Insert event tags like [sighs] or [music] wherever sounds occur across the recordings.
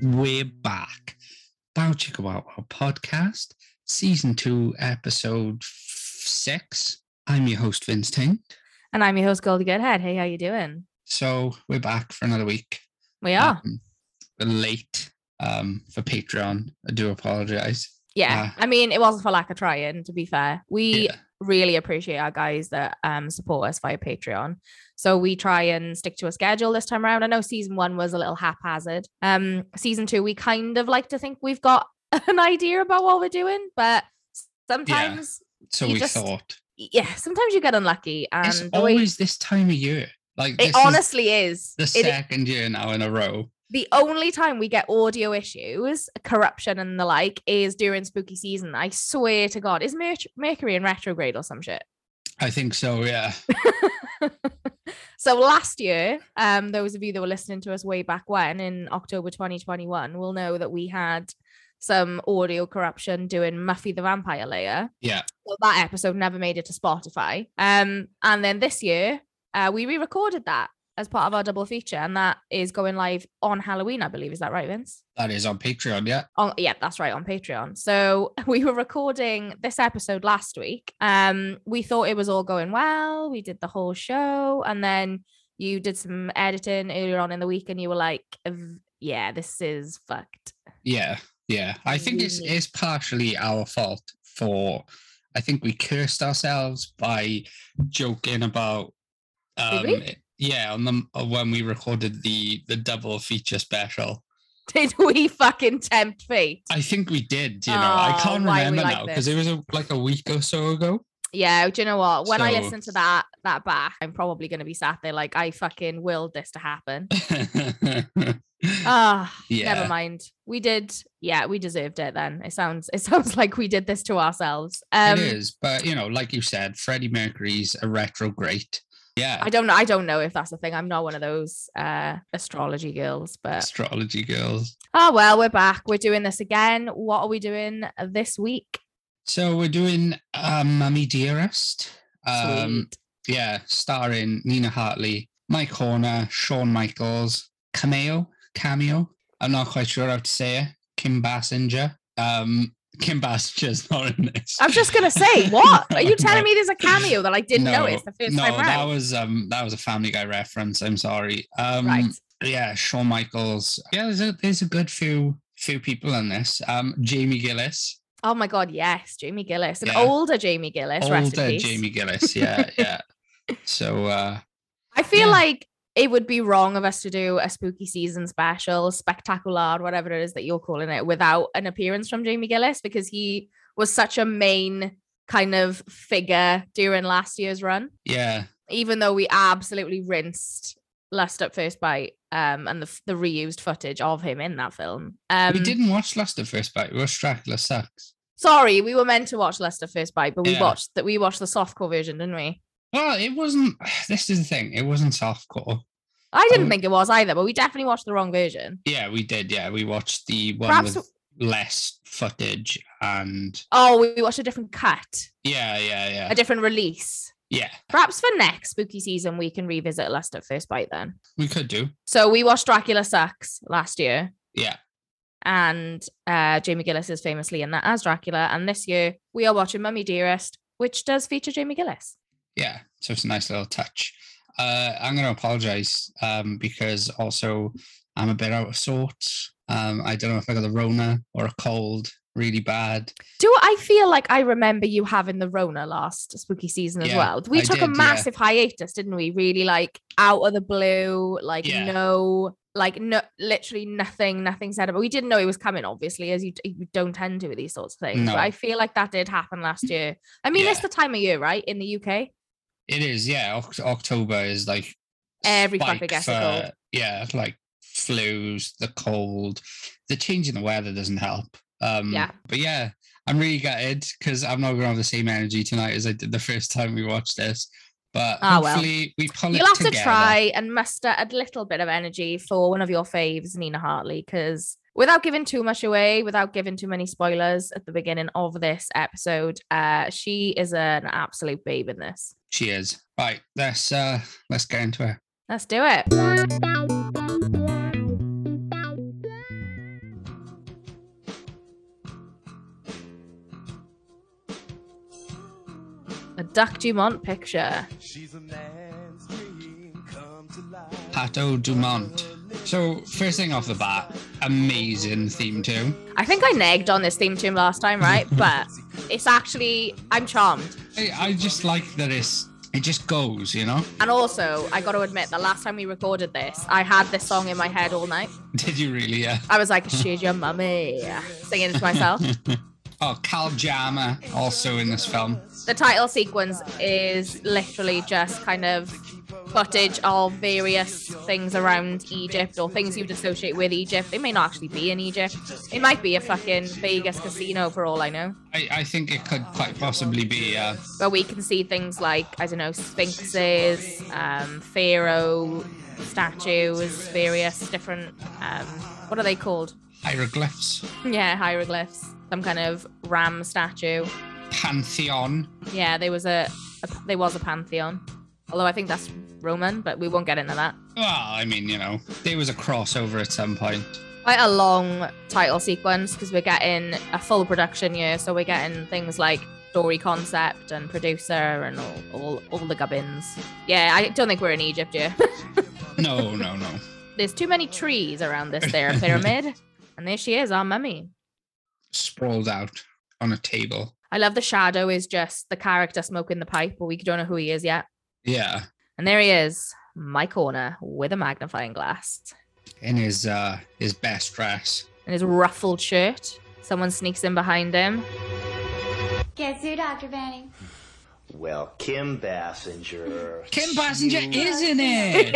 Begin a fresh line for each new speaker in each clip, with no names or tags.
We're back. Bow Chickawawa podcast, season two, episode f- six. I'm your host, Vince Ting.
And I'm your host, Goldie Goodhead. Hey, how you doing?
So we're back for another week.
We are.
Um, we're late um, for Patreon. I do apologize.
yeah. I mean, it wasn't for lack of trying, to be fair. We really appreciate our guys that um support us via Patreon. So we try and stick to a schedule this time around. I know season one was a little haphazard. Um, season two, we kind of like to think we've got [laughs] an idea about what we're doing, but sometimes
So
You
we
just-
thought
yeah, sometimes you get unlucky and
it's
the way-
always this time of year. Like this
it honestly is.
is the
It-
second year now in a row.
the only time we get audio issues, corruption and the like, is during spooky season. I swear to God, is Merc- Mercury in retrograde or some shit? [laughs]
I think so. Yeah.
so last year, um, those of you that were listening to us way back when in October 2021 will know that we had some audio corruption doing Muffy the Vampire Layer.
Yeah.
So that episode never made it to Spotify. Um, and then this year, uh, we re-recorded that as part of our double feature, and that is going live on Halloween, I believe. Is that right, Vince?
That is on Patreon. Yeah.
on yeah that's right on patreon so [laughs] we were recording this episode last week um we thought it was all going well we did the whole show and then you did some editing earlier on in the week and you were like "V- yeah this is fucked [laughs]
Yeah, yeah. I think it's
Really.
it's partially our fault for. I think we cursed ourselves by joking about. Um,
Did we?
it- Yeah, on the uh, when we recorded the the double feature special,
did we fucking tempt fate
I think we did. You know, I
Oh,
can't
why we
remember
like
now because it was a, like a week or so ago.
yeah do you know what when i
So-
listen to that that back i'm probably going to be sat there like i fucking willed this to happen [sighs] ah
[laughs] yeah,
Never mind. We did. Yeah, we deserved it then. It sounds it [laughs] sounds like we did this to ourselves. Um
it is. But you know, like you said, Freddie Mercury's a retrograde. Yeah,
I don't know I don't know if that's the thing. I'm not one of those uh astrology girls, but
astrology girls.
oh well, we're back. We're doing this again. What are we doing this week?
So we're doing um, Mummy Dearest. Um,
Sweet.
yeah, starring Nina Hartley, Mike Horner, Shawn Michaels, Cameo, Cameo. I'm not quite sure how to say it. Kim Basinger. Um, Kim Basinger's not in this.
I'm just
[laughs]
gonna say, what? Are you
No.
telling me there's a cameo that I didn't
No,
notice the first
no,
time
that
round?
was um, that was a Family Guy reference. I'm sorry. Um,
right.
Yeah, Shawn Michaels. Yeah, there's a there's a good few few people in this. Um, Jamie Gillis.
Oh my god, yes, Jamie Gillis. An
yeah.
older Jamie Gillis, rest in
older
peace.
Jamie Gillis.
[laughs]
Yeah, yeah. so uh
I feel
Yeah.
like it would be wrong of us to do a spooky season special, spectacular, whatever it is that you're calling it, without an appearance from Jamie Gillis because he was such a main kind of figure during last year's run.
yeah,
Even though we absolutely rinsed Lust Up First Bite um, and the, f- the reused footage of him in that film. Um,
we didn't watch Lust at First Bite. We watched Dracula Sucks.
Sorry, we were meant to watch Lust at First Bite, but we
Yeah.
watched that we watched the softcore version, didn't we?
Well, it wasn't. [sighs] This is the thing. It wasn't softcore.
I didn't
Um,
think it was either, but we definitely watched the wrong version.
Yeah, we did. Yeah, we watched the one
Perhaps-
with less footage and
Oh, we watched a different cut.
yeah, yeah, yeah,
a different release.
yeah.
Perhaps for next spooky season, we can revisit Lust at First Bite then.
We could do.
So we watched Dracula Sucks last year,
Yeah,
and uh, Jamie Gillis is famously in that as Dracula. And this year, we are watching Mummy Dearest, which does feature Jamie Gillis.
yeah. So it's a nice little touch. Uh, I'm going to apologize um, because also I'm a bit out of sorts. Um, I don't know if I got the Rona or a cold really bad.
Do I feel like I remember you having the Rona last spooky season as
Yeah,
well? We
I
took a
did, yeah.
massive hiatus, didn't we? Really like out of the blue, like
Yeah.
no, like no, literally nothing, nothing said about. We didn't know it was coming, obviously, as you, you don't tend to with these sorts of things.
No.
But I feel like that did happen last year. I mean, it's
Yeah.
the time of year, right, in the UK.
It is, yeah. Oct- October is like
Every fucker
spike
gets a cold.
for- Yeah, like flus, the cold, the change in the weather doesn't help. Um,
Yeah.
But yeah, I'm really gutted because I'm not going to have the same energy tonight as I did the first time we watched this. But
Ah, well.
hopefully we pull
You'll
it
have
together.
to try and muster a little bit of energy for one of your faves, Nina Hartley, because without giving too much away, without giving too many spoilers at the beginning of this episode, uh, she is an absolute babe in this.
Cheers. Right, let's uh let's get into it.
Let's do it. Duck Dumont picture.
She's a man's dream come to life.
Pato Dumont. So, first thing off the bat, amazing theme tune.
I think I nagged on this theme tune last time, right? but it's actually I'm charmed.
I, I just like that it's, it just goes, you know? [laughs]
And also, I got to admit, the last time we recorded this, I had this song in my head all night.
Did you really? Yeah.
I was like, "She's your mummy," singing it to myself.
[laughs] Oh, Cal Jama also in this film.
the title sequence is literally just kind of footage of various things around Egypt or things you'd associate with Egypt. It may not actually be in Egypt. It might be a fucking Vegas casino for all I know.
I, I think it could quite possibly be. Uh,
But we can see things like, I don't know, sphinxes, um, pharaoh statues, various different, um, what are they called?
hieroglyphs,
Yeah, hieroglyphs. Some kind of ram statue.
pantheon.
Yeah, there was a, a there was a pantheon. Although I think that's Roman, but we won't get into that.
Well, I mean, you know, there was a crossover at some point.
Quite a long title sequence because we're getting a full production year, so we're getting things like story concept and producer and all all, all the gubbins. Yeah, I don't think we're in Egypt yet.
No, no, no.
There's too many trees around this there pyramid, and there she is, our mummy.
Sprawled out on a table.
I love the shadow is just the character smoking the pipe, but we don't know who he is yet.
Yeah,
And there he is, my corner with a magnifying glass.
in his uh, his best dress.
in his ruffled shirt. Someone sneaks in behind him. [laughs]
Guess who, Dr. Benning?
Well, Kim Bassinger.
Kim Passenger is in
[laughs]
it.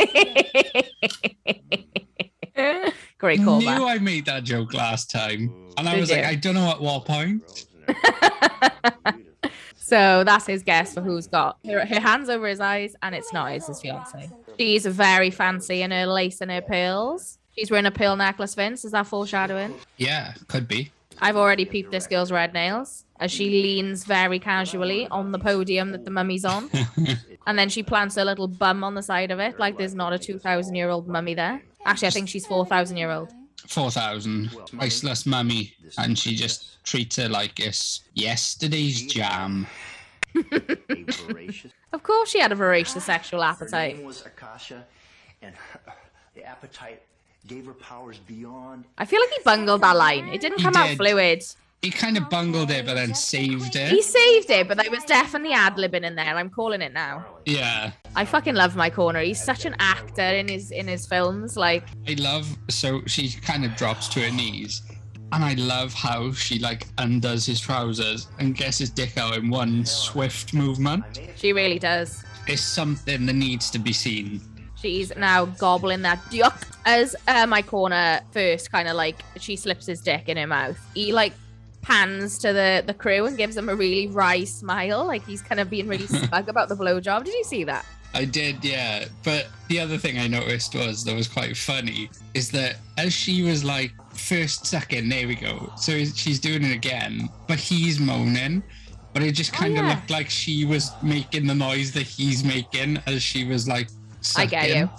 Great
Knew
[laughs] callback.
I made that joke last time, and I
Did
was
you?
like, I don't know at what point.
So that's his guess for who's got her, her hands over his eyes, and it's not, it's his fiance. She's very fancy in her lace and her pearls. She's wearing a pearl necklace, Vince. Is that foreshadowing?
Yeah, could be. [laughs]
I've already peeped this girl's red nails as she leans very casually on the podium that the mummy's on. and then she plants her little bum on the side of it, like there's not a 2,000 year old mummy there. Actually, I think she's 4,000 year old.
Four thousand priceless mummy, and she just treats her like it's yesterday's jam.
A voracious.
Of course, she had a voracious sexual
Her name
appetite.
was Akasha, and her, the appetite gave her powers beyond.
I feel like he bungled that line. It didn't
He
come out
did.
fluid.
He kind of bungled it, but then saved
He
it.
saved it, but there was definitely ad libbing in there. I'm calling it now.
Yeah.
I fucking love my corner. He's such an actor in his in his films. Like
I love so she kind of drops to her knees, and I love how she like undoes his trousers and gets his dick out in one swift movement.
she really does.
It's something that needs to be seen.
She's now gobbling that duck as uh, my corner first kind of like she slips his dick in her mouth. He like pans to the the crew and gives them a really wry smile, like he's kind of being really smug about the blowjob. Did you see that?
I did, yeah. But the other thing I noticed was that was quite funny is that as she was like first second, there we go. So she's doing it again, but he's moaning. But it just kind of
Oh, yeah.
looked like she was making the noise that he's making as she was like.
I get
sucking.
you.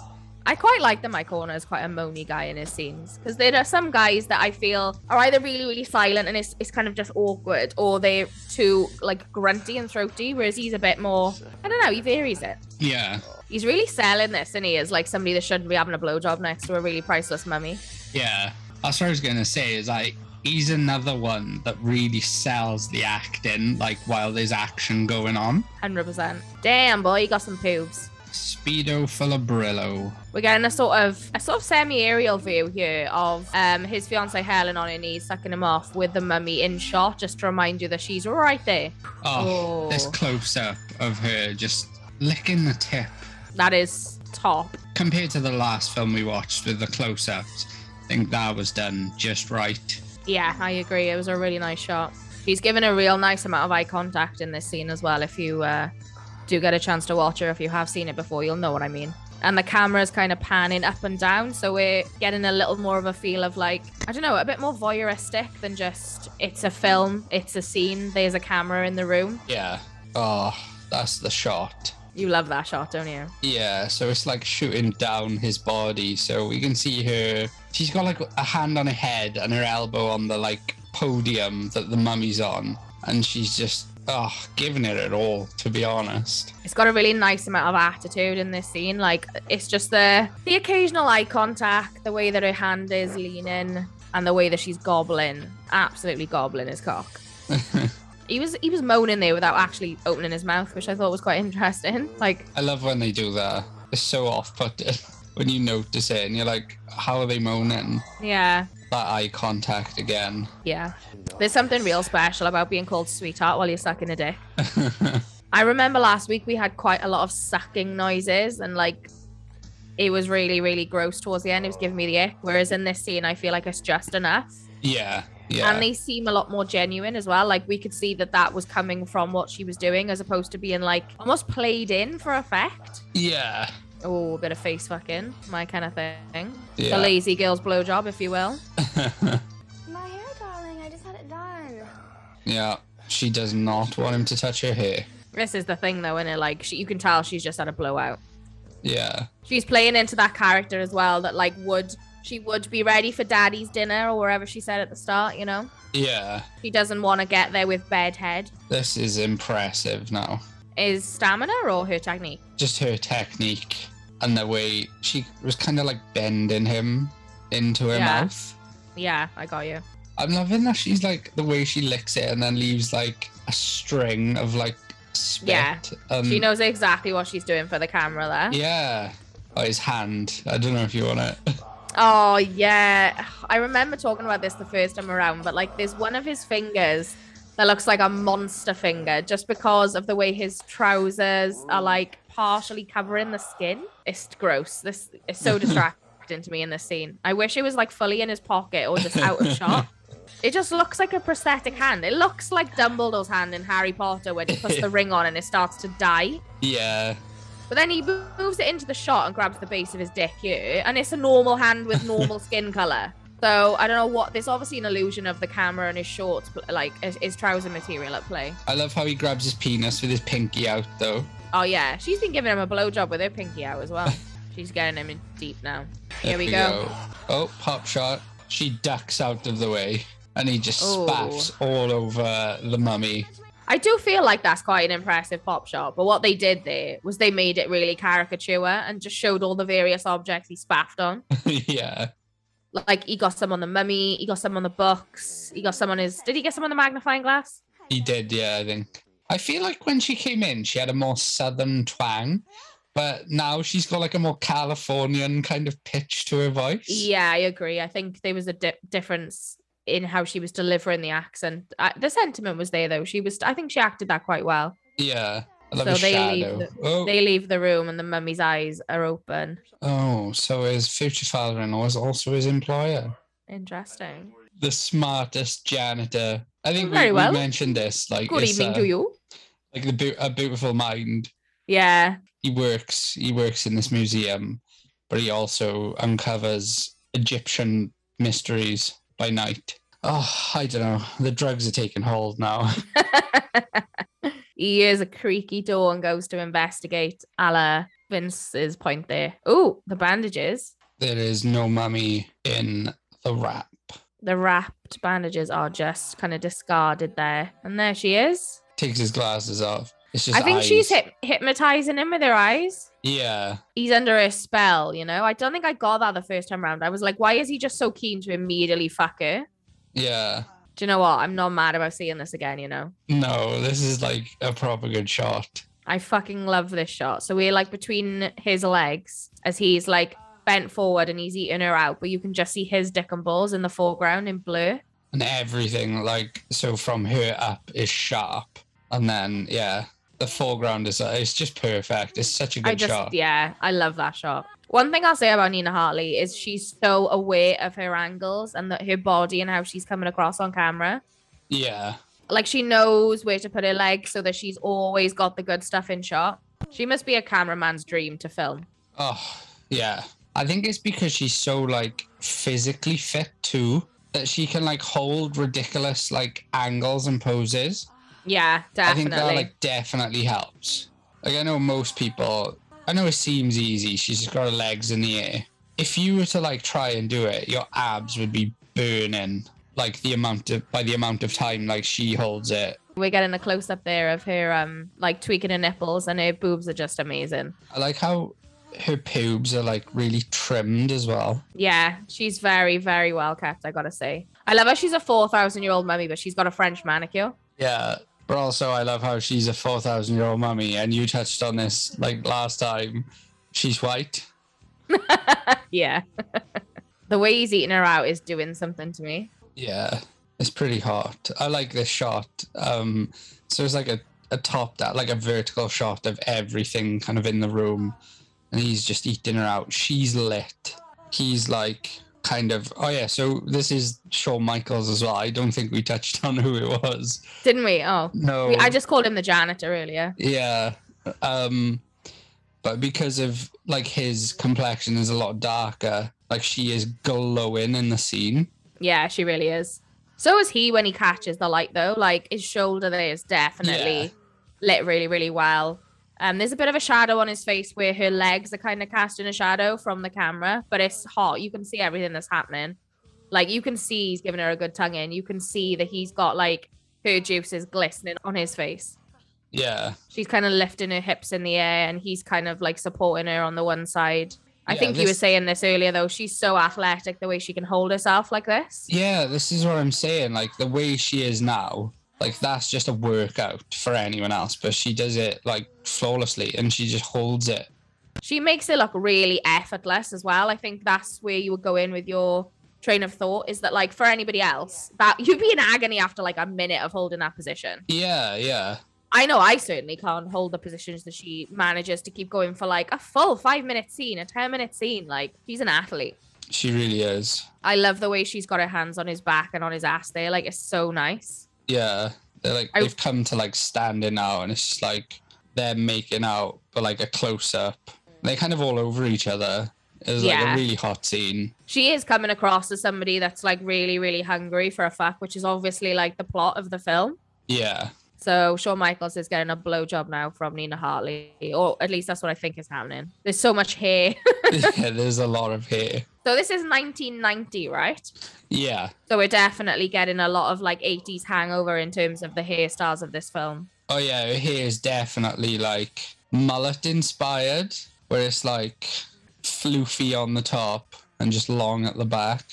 I quite like that my corner is quite a moany guy in his scenes because there are some guys that I feel are either really really silent and it's, it's kind of just awkward or they're too like grunty and throaty whereas he's a bit more I don't know he varies it.
Yeah,
He's really selling this and he is like somebody that shouldn't be having a blowjob next to a really priceless mummy.
yeah. That's what I was gonna say. Is like he's another one that really sells the acting, like while there's action going on.
Hundred percent. Damn boy, you got some poops.
Speedo full of Brillo.
We're getting a sort of a sort of semi-aerial view here of um, his fiancee Helen on her knees sucking him off with the mummy in shot, just to remind you that she's right there.
Oh, this
Oh.
close up of her just licking the tip.
That is top.
Compared to the last film we watched with the close ups, I think that was done just right.
Yeah, I agree. It was a really nice shot. He's given a real nice amount of eye contact in this scene as well. If you uh, do get a chance to watch it, or if you have seen it before, you'll know what I mean. And the camera's kind of panning up and down, so we're getting a little more of a feel of like, I don't know, a bit more voyeuristic than just it's a film, it's a scene, there's a camera in the room.
Yeah. Oh, that's the shot.
You love that shot, don't you?
Yeah, so it's like shooting down his body. So we can see her. She's got like a hand on her head and her elbow on the like podium that the mummy's on. And she's just oh, giving it at all, to be honest.
It's got a really nice amount of attitude in this scene. Like it's just the the occasional eye contact, the way that her hand is leaning, and the way that she's gobbling, absolutely gobbling his cock. he was he was moaning there without actually opening his mouth, which I thought was quite interesting. Like
I love when they do that. It's so off putting [laughs] when you notice it and you're like, how are they moaning?
yeah,
That eye contact again.
yeah. There's something real special about being called sweetheart while you're sucking
[laughs]
a dick. I remember last week we had quite a lot of sucking noises and like it was really, really gross towards the end. It was giving me the ick. Whereas in this scene, I feel like it's just enough.
yeah, yeah.
And they seem a lot more genuine as well. Like we could see that that was coming from what she was doing as opposed to being like almost played in for effect.
yeah.
Oh, a bit of face fucking, my kind of thing.
Yeah.
The lazy girl's blowjob, if you will.
My hair, darling. I just had it done.
yeah. She does not want him to touch her hair.
This is the thing though, innit? Like she, you can tell she's just had a blowout.
Yeah.
she's playing into that character as well that like would she would be ready for daddy's dinner or wherever she said at the start you know
Yeah.
she doesn't want to get there with bedhead
This is impressive now.
is stamina or her technique
Just her technique and the way she was kind of like bending him into her
Yeah.
mouth.
yeah i got you
I'm loving that she's like the way she licks it and then leaves like a string of like spit.
Yeah.
Um,
she knows exactly what she's doing for the camera there
Yeah. Oh, his hand. I don't know if you want it. [laughs]
oh yeah i remember talking about this the first time around but like there's one of his fingers that looks like a monster finger just because of the way his trousers are like partially covering the skin it's gross this is so distracting to me in this scene i wish it was like fully in his pocket or just out of shot it just looks like a prosthetic hand it looks like dumbledore's hand in harry potter when he puts the ring on and it starts to die
yeah.
but then he moves it into the shot and grabs the base of his dick here, and it's a normal hand with normal skin color. So I don't know what. There's obviously an illusion of the camera and his shorts, but, like his, his trouser material at play.
I love how he grabs his penis with his pinky out though.
Oh yeah, she's been giving him a blowjob with her pinky out as [laughs] well. She's getting him in deep now. Here
There
we go.
Oh, pop shot. She ducks out of the way and he just
Oh.
spaffs all over the mummy. [laughs]
I do feel like that's quite an impressive pop shot, but what they did there was they made it really caricature and just showed all the various objects he spaffed [laughs] on.
yeah.
Like he got some on the mummy, he got some on the books, he got some on his. Did he get some on the magnifying glass?
He did, yeah, I think. I feel like when she came in, she had a more southern twang, but now she's got like a more Californian kind of pitch to her voice.
Yeah, I agree. I think there was a di- difference in how she was delivering the accent. Uh, the sentiment was there though. She was. I think she acted that quite well.
Yeah. I love
So
a
they leave
shadow.
the-
oh,
They leave the room and the mummy's eyes are open.
oh, so his future father in law is also his employer.
Interesting.
The smartest janitor. I think we-
Very
we,
well.
mentioned this. Like,
Good
it's,
evening
uh,
to you.
Like the beau- a beautiful mind.
Yeah, [laughs]
He works. He works in this museum, but he also uncovers Egyptian mysteries by night. Oh, I don't know. The drugs are taking hold now. [laughs]
he hears a creaky door and goes to investigate. A la Vince's point there. Oh, the bandages.
there is no mummy in the wrap.
The wrapped bandages are just kind of discarded there. And there she is.
Takes his glasses off. It's just.
I think she's
eyes.
hip- hypnotizing him with her eyes.
Yeah.
he's under a spell, you know. I don't think I got that the first time round. I was like, why is he just so keen to immediately fuck her?
Yeah.
Do you know what? I'm not mad about seeing this again, you know.
No, this is like a proper good shot.
I fucking love this shot. So we're like between his legs as he's like bent forward and he's eating her out, but you can just see his dick and balls in the foreground in blur.
And everything, like, so from her up is sharp. And then, yeah, the foreground is uh, it's just perfect. It's such a good
I just,
shot.
yeah, I love that shot. One thing I'll say about Nina Hartley is she's so aware of her angles and that her body and how she's coming across on camera.
Yeah.
like she knows where to put her legs so that she's always got the good stuff in shot. She must be a cameraman's dream to film.
Oh, yeah. I think it's because she's so, like, physically fit too that she can, like, hold ridiculous, like, angles and poses.
Yeah, definitely.
I think that like definitely helps. Like I know most people. I know it seems easy. She's just got her legs in the air. If you were to like try and do it, your abs would be burning. Like the amount of by the amount of time like she holds it.
we're getting a close up there of her um like tweaking her nipples and her boobs are just amazing.
I like how her pubes are like really trimmed as well.
Yeah, she's very, very well kept, I gotta say. I love her she's a four thousand year old mummy, but she's got a French manicure.
Yeah. But also, I love how she's a 4,000 year old mummy, and you touched on this like last time. She's white.
yeah. [laughs] the way he's eating her out is doing something to me.
Yeah, it's pretty hot. I like this shot. Um, so it's like a, a top that, like a vertical shot of everything kind of in the room, and he's just eating her out. She's lit. He's like kind of oh yeah. So this is Shawn Michaels as well. I don't think we touched on who it was.
Didn't we? Oh.
No,
We- I just called him the janitor earlier.
yeah. Um, but because of like his complexion is a lot darker. Like she is glowing in the scene.
Yeah, she really is. So is he when he catches the light though. Like his shoulder there is definitely
Yeah.
lit really, really well. Um, there's a bit of a shadow on his face where her legs are kind of casting a shadow from the camera, but it's hot. You can see everything that's happening. Like you can see he's giving her a good tongue in. You can see that he's got like her juices glistening on his face.
Yeah.
She's kind of lifting her hips in the air and he's kind of like supporting her on the one side. I
Yeah,
think you
this-
were saying this earlier though. She's so athletic the way she can hold herself like this.
Yeah, this is what I'm saying. Like the way she is now, like that's just a workout for anyone else, but she does it like flawlessly and she just holds it.
She makes it look really effortless as well. I think that's where you would go in with your train of thought is that like for anybody else that you'd be in agony after like a minute of holding that position.
Yeah, yeah.
I know I certainly can't hold the positions that she manages to keep going for like a full five minute scene, a 10 minute scene. Like she's an athlete.
She really is.
I love the way she's got her hands on his back and on his ass there. Like it's so nice.
Yeah. They're like
I-
they've come to like standing now and it's just like they're making out but like a close up. They're kind of all over each other. It's like
Yeah.
a really hot scene.
She is coming across as somebody that's like really, really hungry for a fuck, which is obviously like the plot of the film.
Yeah. [laughs]
So Shawn Michaels is getting a blowjob now from Nina Hartley, or at least that's what I think is happening. There's so much hair. [laughs]
yeah, there's a lot of hair.
so this is 1990, right?
Yeah.
So we're definitely getting a lot of like 80s hangover in terms of the hairstyles of this film.
Oh yeah, her hair is definitely like mullet inspired, where it's like floofy on the top and just long at the back.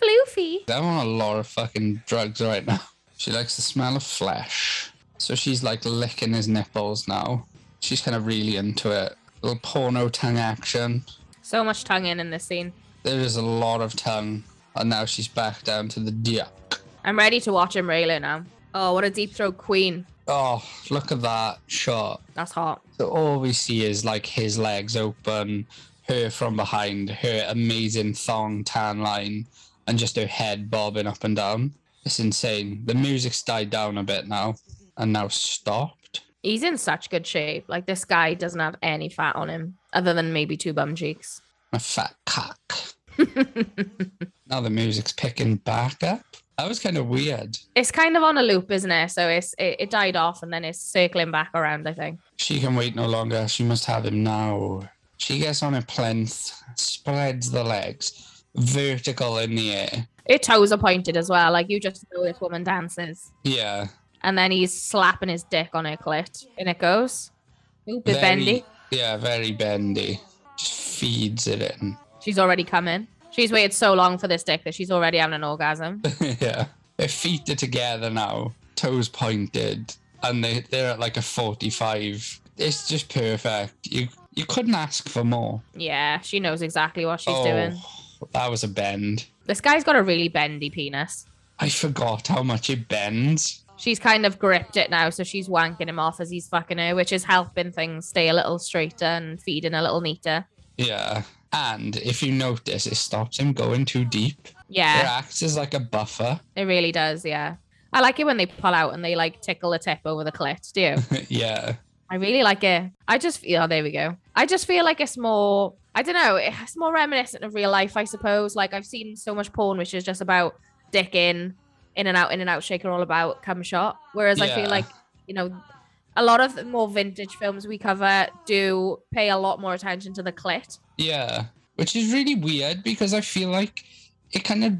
Floofy.
I'm on a lot of fucking drugs right now. [laughs] She likes the smell of flesh. So she's like licking his nipples now. She's kind of really into it. Little porno tongue action.
So much tongue in in this scene.
There is a lot of tongue. And now she's back down to the duck.
I'm ready to watch him Rayler now. Oh, what a deep throat queen.
Oh, look at that shot.
That's hot.
So all we see is like his legs open, her from behind, her amazing thong tan line, and just her head bobbing up and down. It's insane. The music's died down a bit now, and now stopped.
He's in such good shape. Like this guy doesn't have any fat on him, other than maybe two bum cheeks.
My fat cock. now the music's picking back up. That was kind of weird.
It's kind of on a loop, isn't it? So it's it, it died off and then it's circling back around. I think.
She can wait no longer. She must have him now. She gets on her plinth, spreads the legs, vertical in the air.
Her toes are pointed as well. Like you just know this woman dances.
Yeah.
And then he's slapping his dick on her clit, and it goes. Ooh, bit
Very-
bendy.
Yeah, very bendy. Just feeds it in. [laughs]
She's already coming. She's waited so long for this dick that she's already having
[laughs]
an orgasm.
yeah. Their feet are together now, toes pointed, and they, they're at like a 45. It's just perfect. You you couldn't ask for more.
yeah, she knows exactly what she's
oh,
doing.
that was a bend.
This guy's got a really bendy penis.
I forgot how much it bends.
She's kind of gripped it now, so she's wanking him off as he's fucking her, which is helping things stay a little straighter and feeding a little neater.
Yeah. And if you notice, it stops him going too deep.
Yeah.
It acts as like a buffer. [laughs]
It really does, yeah. I like it when they pull out and they like tickle the tip over the clit. Do you?
yeah.
I really like it. I just feel oh, there we go. I just feel like it's more. I don't know. It's more reminiscent of real life, I suppose. Like I've seen so much porn, which is just about dick in, in and out, in and out, shaker all about, cum shot. Whereas I
Yeah.
feel like you know, a lot of the more vintage films we cover do pay a lot more attention to the clit.
Yeah, which is really weird because I feel like it kind of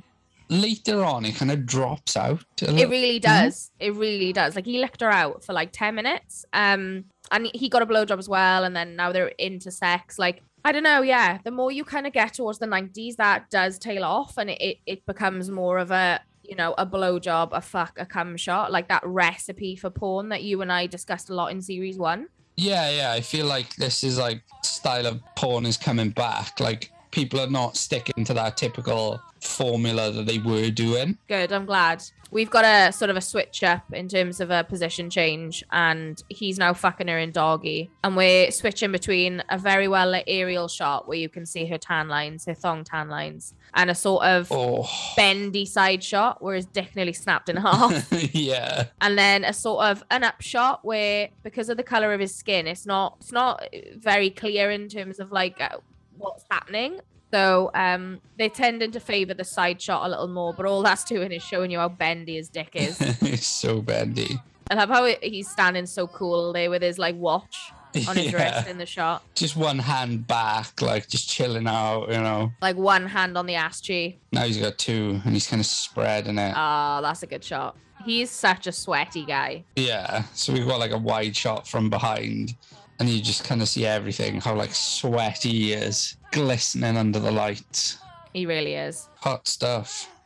later on it kind of drops out. A
It
little.
really does. It really does. Like he licked her out for like ten minutes. Um, and he got a blowjob as well, and then now they're into sex. Like I don't know. Yeah, the more you kind of get towards the nineties, that does tail off, and it it, it becomes more of a you know a blowjob, a fuck, a cum shot, like that recipe for porn that you and I discussed a lot in series one.
yeah, yeah. I feel like this is like style of porn is coming back. Like people are not sticking to that typical formula that they were doing.
Good. I'm glad we've got a sort of a switch up in terms of a position change, and he's now fucking her in doggy, and we're switching between a very well lit aerial shot where you can see her tan lines, her thong tan lines, and a sort of
Oh, [laughs]
bendy side shot where his dick nearly snapped in half,
yeah. [laughs]
and then a sort of an up shot where because of the color of his skin, it's not it's not very clear in terms of like uh, what's happening. So um, they tended to favour the side shot a little more, but all that's doing is showing you how bendy his dick is.
it's so bendy.
I love how it- he's standing so cool there with his like watch on his wrist
Yeah.
in the shot,
Just one hand back, like just chilling out, you know.
like one hand on the ass cheek.
Now he's got two and he's kind of spreading it.
Ah, that's a good shot. He's such a sweaty guy.
Yeah. So we've got like a wide shot from behind, and you just kind of see everything how like sweaty he is, glistening under the lights.
He really is.
Hot stuff. [laughs]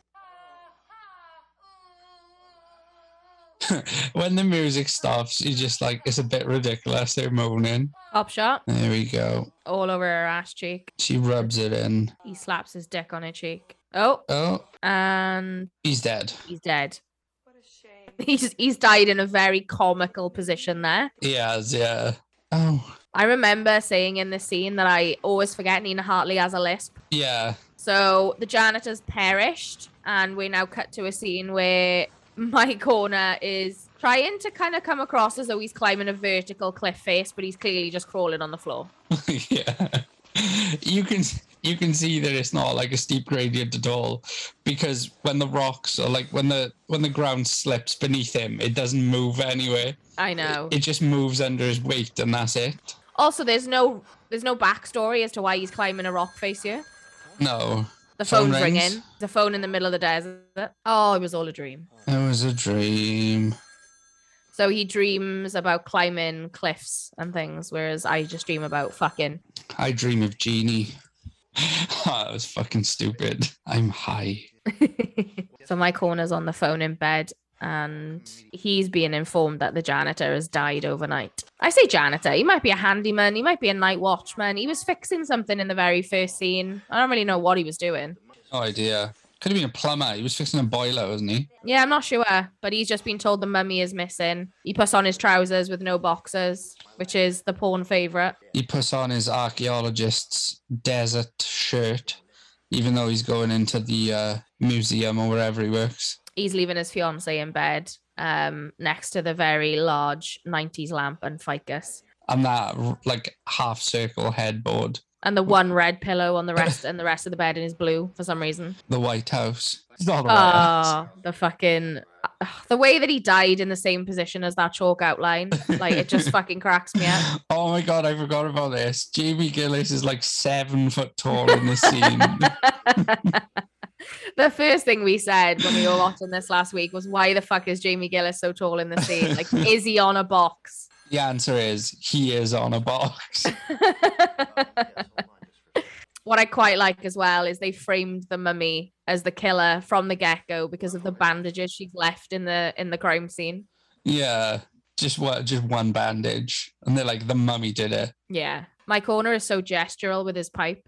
when the music stops, you just like, it's a bit ridiculous. They're moaning.
Top shot
There we go.
all over her ass cheek.
She rubs it in.
He slaps his dick on her cheek. Oh,
Oh,
and
he's dead.
he's dead.
What a
[laughs]
shame.
He's he's died in a very comical position there.
He has, yeah. Oh,
I remember saying in the scene that I always forget Nina Hartley has a lisp.
yeah.
So the janitor's perished, and we now cut to a scene where [laughs] my corner is trying to kind of come across as though he's climbing a vertical cliff face, but he's clearly just crawling on the floor.
[laughs] yeah. You can you can see that it's not like a steep gradient at all, because when the rocks or like when the when the ground slips beneath him, it doesn't move anywhere.
I know.
It just moves under his weight, and that's it.
Also, there's no there's no backstory as to why he's climbing a rock face here.
No,
The
Phone
phone's
rings.
ringing. The phone in the middle of the desert. Oh, it was all a dream.
it was a dream.
So he dreams about climbing cliffs and things, whereas I just dream about fucking.
I dream of genie. [laughs] that was fucking stupid. I'm high.
so my corner's on the phone in bed and he's being informed that the janitor has died overnight. I say janitor, he might be a handyman, he might be a night watchman. He was fixing something in the very first scene. I don't really know what he was doing.
No idea. Could have been a plumber. He was fixing a boiler, wasn't he?
Yeah, I'm not sure, but he's just been told the mummy is missing. He puts on his trousers with no boxers, which is the porn favorite.
he puts on his archaeologist's desert shirt, even though he's going into the uh, museum or wherever he works.
he's leaving his fiancee in bed um next to the very large 90s lamp and ficus
And that r- like half circle headboard,
and the one red pillow on the rest and the rest of the bed is blue for some reason
the White House. It's not the White House.
Ah, the fucking ah, the way that he died in the same position as that chalk outline like it just fucking cracks me up [laughs]
[laughs] Oh my god, I forgot about this. Jamie Gillis is like seven foot tall in this scene. [laughs]
the first thing we said when we were watching this last week was why the fuck is jamie gillis so tall in the scene like is he on a box [laughs]
the answer is he is on a box. [laughs]
what I quite like as well is they framed the mummy as the killer from the get go because of the bandages she's left in the in the crime scene.
Yeah, just what, just one bandage, and they're like the mummy did it.
Yeah. My corner is so gestural with his pipe.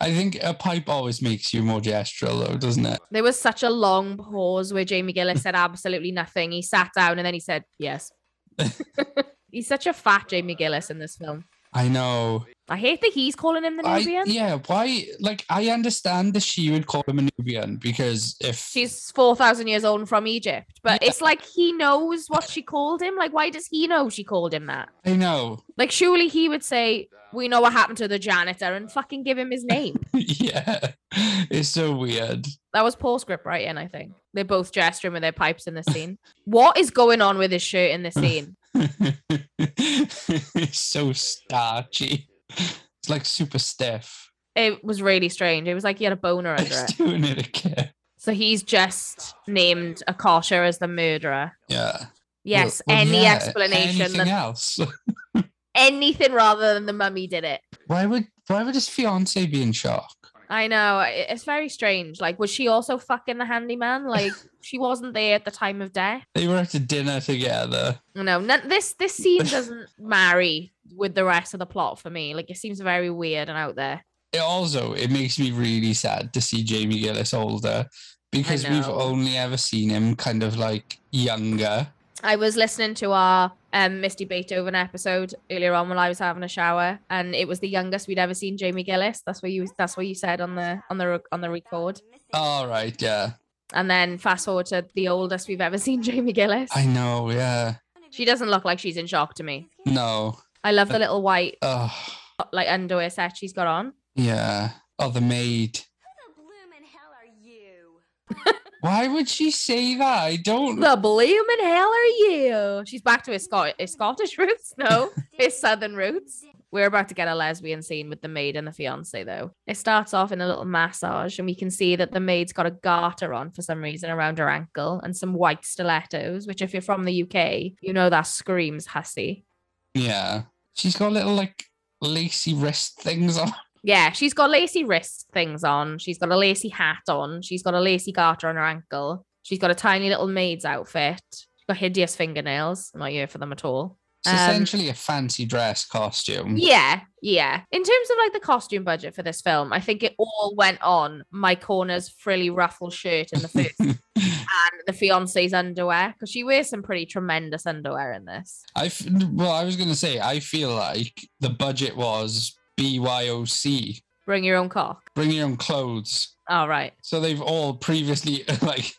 I think a pipe always makes you more gestural, though, doesn't it?
There was such a long pause where Jamie Gillis said absolutely nothing. He sat down and then he said, Yes. he's such a fat Jamie Gillis in this film.
I know.
I hate that he's calling him the
I, e-
Nubian.
yeah, why? Like, I understand that she would call him a Nubian because if
She's 4,000 years old and from Egypt, but it's like he knows what she called him. Like, why does he know she called him that?
I know, [laughs]
Like, surely he would say, We know what happened to the janitor and fucking give him his name. [laughs]
yeah, it's so weird. [laughs]
that was Paul script writing, I think. They're both gesturing with their pipes in this
[laughs]
scene. what is going on with his shirt in this scene?
it's so starchy. It's like super stiff.
It was really strange. It was like he had a boner
[laughs]
under
It's
it.
doing it again.
So he's just named Akasha as the murderer.
Yeah.
Yes,
Well- well,
any
yeah,
explanation
Anything
than
else? [laughs]
anything rather than the mummy did it.
Why would why would his fiance be in shock?
I know. i- It's very strange. Like, was she also fucking the
[laughs]
handyman? Like, she wasn't there at the time of death.
They were at a dinner together.
No, none, this this scene doesn't marry with the rest of the plot for me. Like, it seems very weird and out there.
It also it makes me really sad to see Jamie Gillis older because we've
know.
only ever seen him kind of like younger.
I was listening to our um, Misty Beethoven episode earlier on while I was having a shower, and it was the youngest we'd ever seen Jamie Gillis. That's what you that's what you said on the on the rec- on the record.
All right, yeah.
And then fast forward to the oldest we've ever [laughs] seen Jamie Gillis.
I know, yeah.
She doesn't look like she's in shock to me.
No.
I love the little white
Oh,
like underwear set she's got on.
yeah. Oh, the maid.
Who the bloomin' hell
[laughs]
are you?
Why would she say that? I don't
The blooming hell are you? She's back to her, Scot- her Scottish roots. No, her southern roots. We're about to get a lesbian scene with the maid and the fiance, though. It starts off in a little massage, and we can see that the maid's got a garter on for some reason around her ankle and some white stilettos, which, if you're from the UK, you know that screams hussy.
Yeah. She's got little like lacy wrist things on.
Yeah, she's got lacy wrist things on. She's got a lacy hat on. She's got a lacy garter on her ankle. She's got a tiny little maid's outfit. She's got hideous fingernails. I'm not here for them at all.
It's
Um,
essentially a fancy dress costume.
Yeah, yeah. In terms of like the costume budget for this film, I think it all went on my corner's frilly ruffle shirt in the first and the fiance's underwear because she wears some pretty tremendous underwear in this.
I f- well, I was gonna say I feel like the budget was BYOC,
Bring your own cock.
bring your own clothes.
All right.
So they've all previously [laughs] like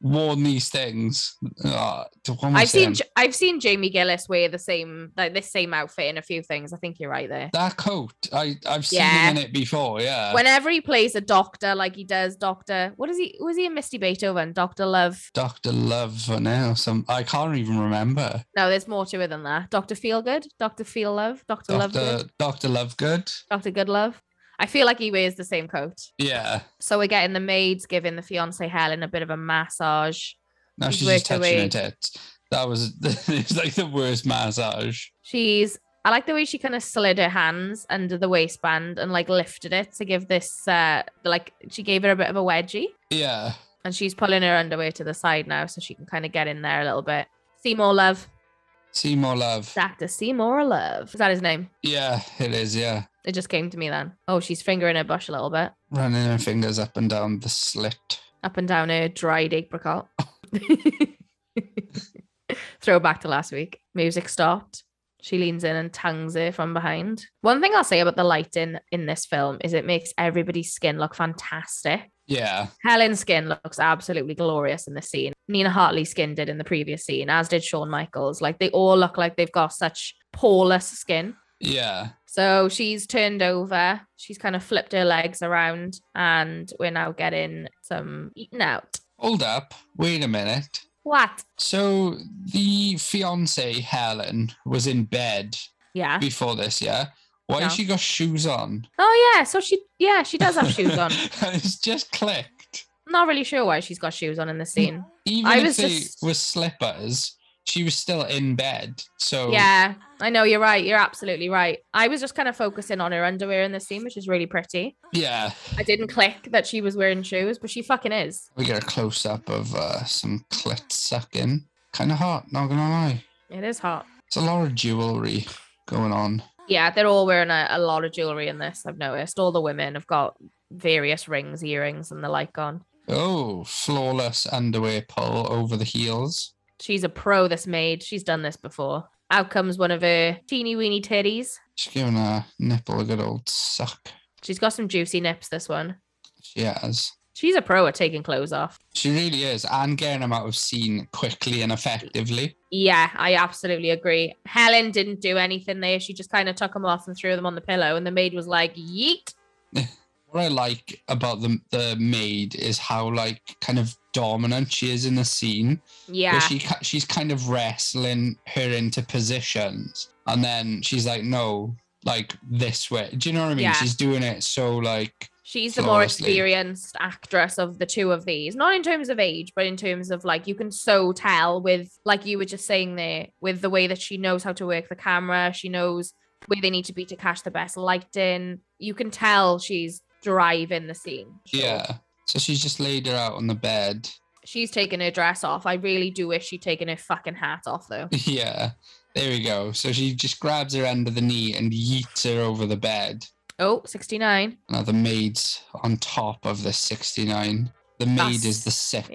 worn these things. Uh, to what am I
I've seen
saying?
J- I've seen Jamie Gillis wear the same like this same outfit in a few things. I think you're right there.
that coat. I I've seen
Yeah.
him in it before. Yeah,
Whenever he plays a doctor, like he does Doctor, what is he? Was he in Misty Beethoven? Doctor Love?
Doctor Love for now. Some I can't even remember.
No, there's more to it than that. Doctor Feelgood, Doctor Feel Love, Doctor Love
Doctor Doctor Lovegood.
Dr. Goodlove. I feel like he wears the same coat.
Yeah.
So we're getting the maids giving the fiance Helen a bit of a massage.
Now
She's
she's just
worked her
touching
way-
her tits. That was [laughs] it's like the worst massage.
She's I like the way she kind of slid her hands under the waistband and like lifted it to give this uh like she gave her a bit of a wedgie
Yeah.
and she's pulling her underwear to the side now so she can kind of get in there a little bit. Seymour Love,
Seymour Love.
Dr. Seymour Love. Is that his name?
Yeah, it is. Yeah.
It just came to me then. Oh, she's fingering her bush a little bit
Running her fingers up and down the slit.
up and down her dried [laughs] apricot. Throwback to last week. Music stopped. She leans in and tongues her from behind. One thing I'll say about the lighting in this film is it makes everybody's skin look fantastic.
Yeah.
Helen's skin looks absolutely glorious in this scene. Nina Hartley's skin did in the previous scene, as did Shawn Michaels. Like they all look like they've got such poreless skin.
Yeah.
So she's turned over. She's kind of flipped her legs around, and we're now getting some eating out.
Hold up. Wait a minute.
What?
So the fiance Helen was in bed
Yeah.
before this, yeah. Why
No.
has she got shoes on?
Oh yeah. So she, yeah, she does have shoes
[laughs]
on.
it's just clicked.
Not really sure why she's got shoes on in the scene.
Even
I
if
was
they
just-
were slippers, she was still in bed. So
Yeah, I know you're right. You're absolutely right. I was just kind of focusing on her underwear in the scene, which is really pretty.
yeah.
I didn't click that she was wearing shoes, but she fucking is.
We get a close up of uh, some clit sucking. Kind of hot, not gonna lie.
It is hot.
It's a lot of jewelry going on.
Yeah, they're all wearing a, a lot of jewelry in this. I've noticed all the women have got various rings, earrings, and the like on.
Oh, flawless underwear pull over the heels.
She's a pro. This maid. She's done this before. Out comes one of her teeny weeny titties.
She's giving her nipple a good old suck.
She's got some juicy nips. This one.
She has.
She's a pro at taking clothes off.
She really is, and getting them out of scene quickly and effectively.
Yeah, I absolutely agree. Helen didn't do anything there. She just kind of took them off and threw them on the pillow, and the maid was like, "Yeet."
What I like about the the maid is how like kind of dominant she is in the scene.
Yeah,
Where she ki- she's kind of wrestling her into positions, and then she's like, "No, like this way." Do you know what I mean?
Yeah.
She's doing it so like
She's the more
Flawlessly.
experienced actress of the two of these, not in terms of age, but in terms of like you can so tell with, like you were just saying there, with the way that she knows how to work the camera, she knows where they need to be to catch the best lighting. You can tell she's driving the scene.
Yeah. So she's just laid her out on the bed. [laughs]
She's taking her dress off. I really do wish she'd taken her fucking hat off though.
Yeah. There we go. So she just grabs her under the knee and yeets her over the bed.
Oh, [laughs] 69.
Now the maid's on top of the 69. The maid
That's-
is the six.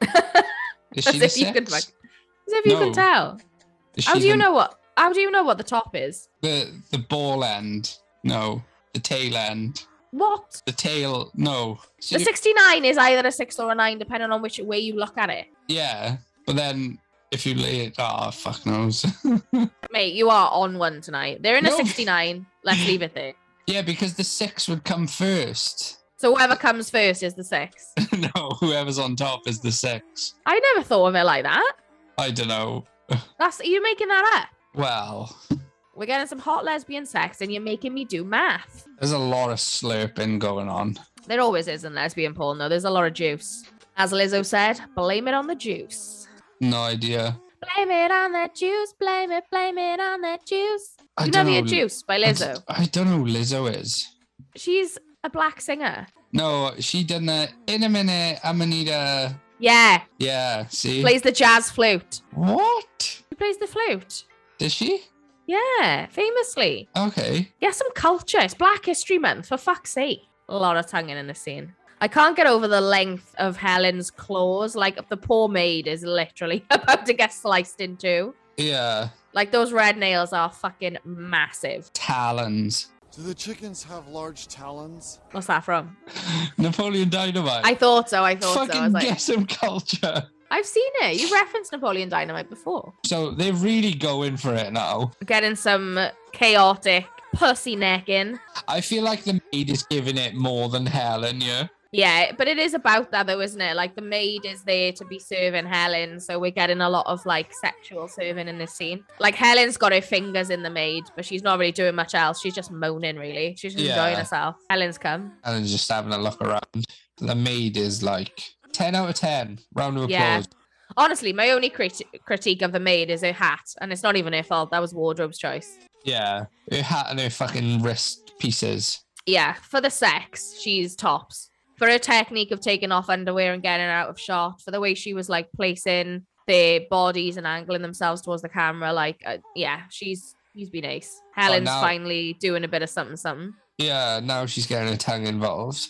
yeah.
Is
[laughs] As
she the
if you could
six?
fuck- As if you
No.
can tell.
Is
How
she
do you
the-
know what? How do you know what the top is?
The, the ball end. No. The tail end.
What?
The tail. No. So
The
you-
69 is either a six or a nine, depending on which way you look at it.
Yeah. But then if you lay it. Oh, fuck knows. [laughs]
Mate, you are on one tonight. They're in a
No.
69. Let's
[laughs]
leave it there.
yeah, because the six would come first. [laughs]
So whoever comes first is the six.
no, whoever's on top is the six.
I never thought of it like that.
I don't know.
That's are you making that up?
Well,
We're getting some hot lesbian sex, and you're making me do math.
there's a lot of slurping going on.
There always is in lesbian porn, though. There's a lot of juice. As Lizzo said, blame it on the juice.
No idea.
Blame it on the juice. Blame it. Blame it on the juice.
I
you know
don't
the
know.
juice by
I
Lizzo.
d- I don't know who Lizzo is.
She's a black singer.
No, she done that in a minute. I'm gonna need a
Yeah,
yeah. See
plays the jazz flute.
what?
She plays the flute.
Did she?
Yeah, famously.
Okay.
Yeah, some culture. It's Black History Month, for fuck's sake. A lot of tonguing in the scene. I can't get over the length of Helen's claws. Like, the poor maid is literally [laughs] about to get sliced in two.
Yeah.
Like, those red nails are fucking massive.
Talons. [laughs]
Do the chickens have large talons?
What's that from?
Napoleon Dynamite.
I thought so. I thought
Fucking
so. I was like,
get some culture.
I've seen it. You referenced Napoleon Dynamite before.
So they're really going for it now.
Getting some chaotic pussy necking.
I feel like the maid is giving it more than Helen. Yeah.
Yeah, but it is about that though, isn't it? Like the maid is there to be serving Helen, so we're getting a lot of like sexual serving in this scene. Like Helen's got her fingers in the maid, but she's not really doing much else. She's just moaning, really. She's just enjoying
Yeah.
herself. Helen's come.
and just having a look around. The maid is like 10 out of 10. Round of applause.
Yeah. Honestly, my only crit- critique of the maid is her hat, and it's not even her fault. That was wardrobe's choice.
Yeah. Her hat and her fucking wrist pieces.
Yeah, for the sex, she's tops. For her technique of taking off underwear and getting out of shot, for the way she was like placing their bodies and angling themselves towards the camera, like uh, yeah, she's she's been ace. Helen's
now-
finally doing a bit of something, something.
Yeah, now she's getting her tongue involved.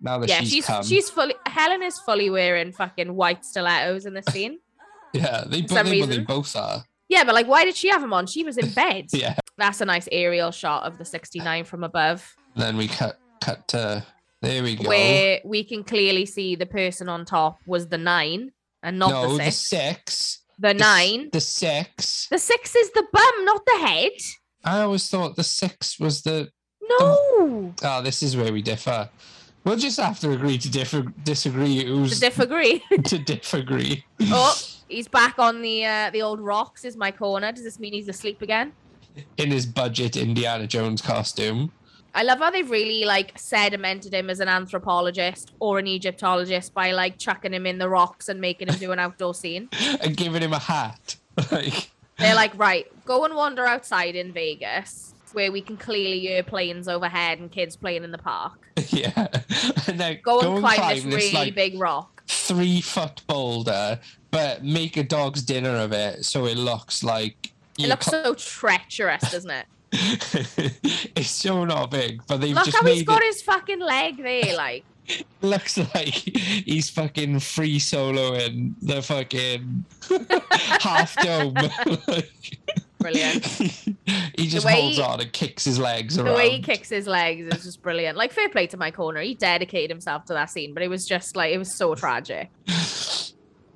Now that
yeah,
she's,
she's
come.
she's fully Helen is fully wearing fucking white stilettos in this scene.
[laughs] yeah, they, but
some
they, but they
reason.
both are.
yeah, but like, why did she have them on? She was in bed.
[laughs] Yeah.
That's a nice aerial shot of the 69 from above.
Then we cut cut to there we go.
where we can clearly see the person on top was the nine and not
no, the
the six.
six.
The,
The s-
nine.
The six.
The six is the bum, not the head.
I always thought the six was the
No.
oh, this is where we differ. We'll just have to agree to differ disagree
The
who's
diff agree.
[laughs] to disagree.
[laughs] oh, he's back on the uh, the old rocks. Is my corner? Does this mean he's asleep again?
in his budget Indiana Jones costume.
I love how they've really like sedimented him as an anthropologist or an Egyptologist by like chucking him in the rocks and making him do an outdoor scene.
and giving him a hat. [laughs] like,
They're like, right, go and wander outside in Vegas where we can clearly hear planes overhead and kids playing in the park.
yeah. And then
go and climb, this really
like
big rock.
three foot boulder, but make a dog's dinner of it so it looks like
It
you
looks
cl-
so treacherous, doesn't it?
[laughs] it's so not big, but they've
Look
just
how he's
made
got
it
his fucking leg
[laughs]
there, like
looks like he's fucking free soloing the fucking [laughs] half dome. [laughs] Like,
brilliant.
he just
way
holds
he-
on and kicks his legs around.
The way he kicks his legs is just brilliant. Like fair play to my corner, he dedicated himself to that scene, but it was just like it was so tragic.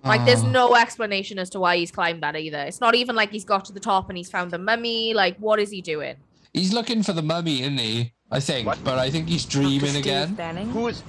Like there's
Ah.
no explanation as to why he's climbed that either. It's not even like he's got to the top and he's found the mummy. Like what is he doing?
He's looking for the mummy, isn't he? I think,
What?
but I think he's dreaming again.
Who is?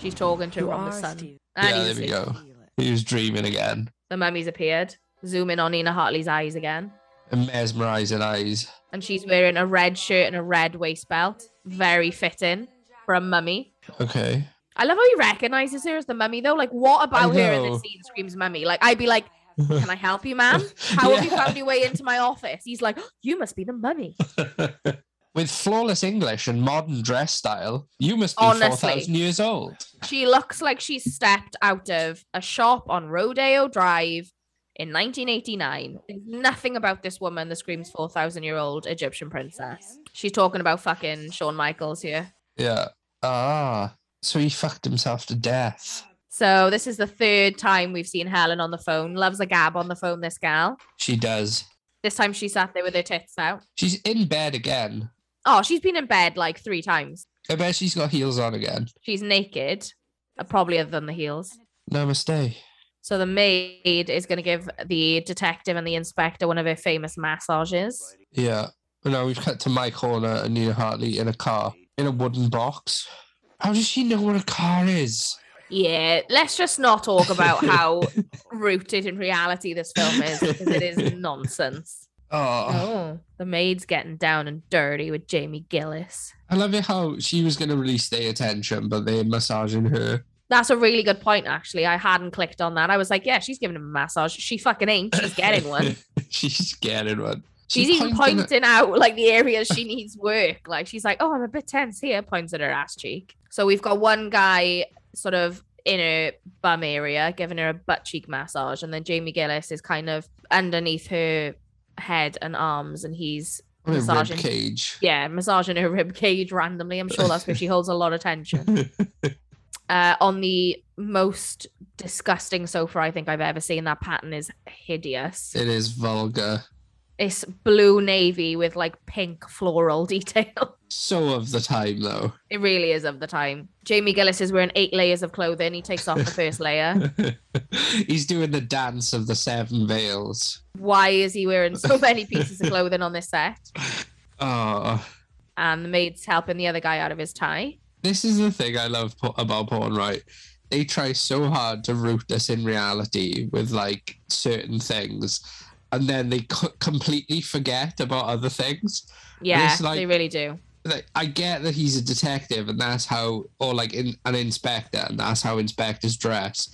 She's talking to her on the sun. And
Yeah,
he's
Oh, there we
asleep.
go. He was dreaming again.
The mummy's appeared. Zoom in on Nina Hartley's eyes again.
And mesmerizing eyes.
and she's wearing a red shirt and a red waist belt. Very fitting. from Mummy.
Okay.
I love how he recognizes her as the mummy though. Like, what about her in
know.
this scene screams mummy? Like, I'd be like, Can I help
[laughs]
you, ma'am? How have you
Yeah.
found your way into my office? He's like, You must be the mummy.
With flawless English and modern dress style, you must be
Honestly.
4,000 years old.
She looks like she stepped out of a shop on Rodeo Drive in 1989. There's nothing about this woman that screams 4,000 year old Egyptian princess. She's talking about fucking Shawn Michaels here.
Yeah. Ah. So he fucked himself to death.
So, this is the third time we've seen Helen on the phone. Loves a gab on the phone, this gal.
She does.
This time she sat there with her tits out.
She's in bed again.
Oh, she's been in bed like three times.
I bet she's got heels on again.
She's naked, uh, probably other than the heels.
Namaste.
So the maid is going to give the detective and the inspector one of her famous massages.
Yeah. But now we've cut to Mike Horner and Nina Hartley in a car, in a wooden box. How does she know what a car is?
Yeah, let's just not talk about how rooted in reality this film is because it is nonsense.
Oh,
Oh, the maid's getting down and dirty with Jamie Gillis.
I love it how she was going to release their attention, but they're massaging her.
That's a really good point, actually. I hadn't clicked on that. I was like, yeah, she's giving him a massage. She fucking ain't. She's
[laughs]
getting one.
she's getting one.
She's, even
pointing at-
pointing out like the areas she needs work. Like she's like, "Oh, I'm a bit tense here," points at her ass cheek. So we've got one guy sort of in her bum area, giving her a butt cheek massage, and then Jamie Gillis is kind of underneath her head and arms, and he's
on a rib
massaging.
cage.
yeah massaging her rib cage randomly. I'm sure that's
[laughs]
where she holds a lot of tension. Uh, on the most disgusting sofa I think I've ever seen, that pattern is hideous
It is vulgar.
it's blue navy with like pink floral [laughs] detail.
So of the time, though. [laughs]
It really is of the time. Jamie Gillis is wearing eight layers of clothing. He takes off the
[laughs]
first layer.
He's doing the dance of the seven veils.
Why is he wearing so many pieces of clothing on this set?
Oh,
And the maid's helping the other guy out of his tie.
this is the thing I love po- about porn, right? They try so hard to root us in reality with like certain things, and then they c- completely forget about other things.
Yeah,
It's like-
they really do.
Like, I get that he's a detective, and that's how, or like in, an inspector, and that's how inspectors dress.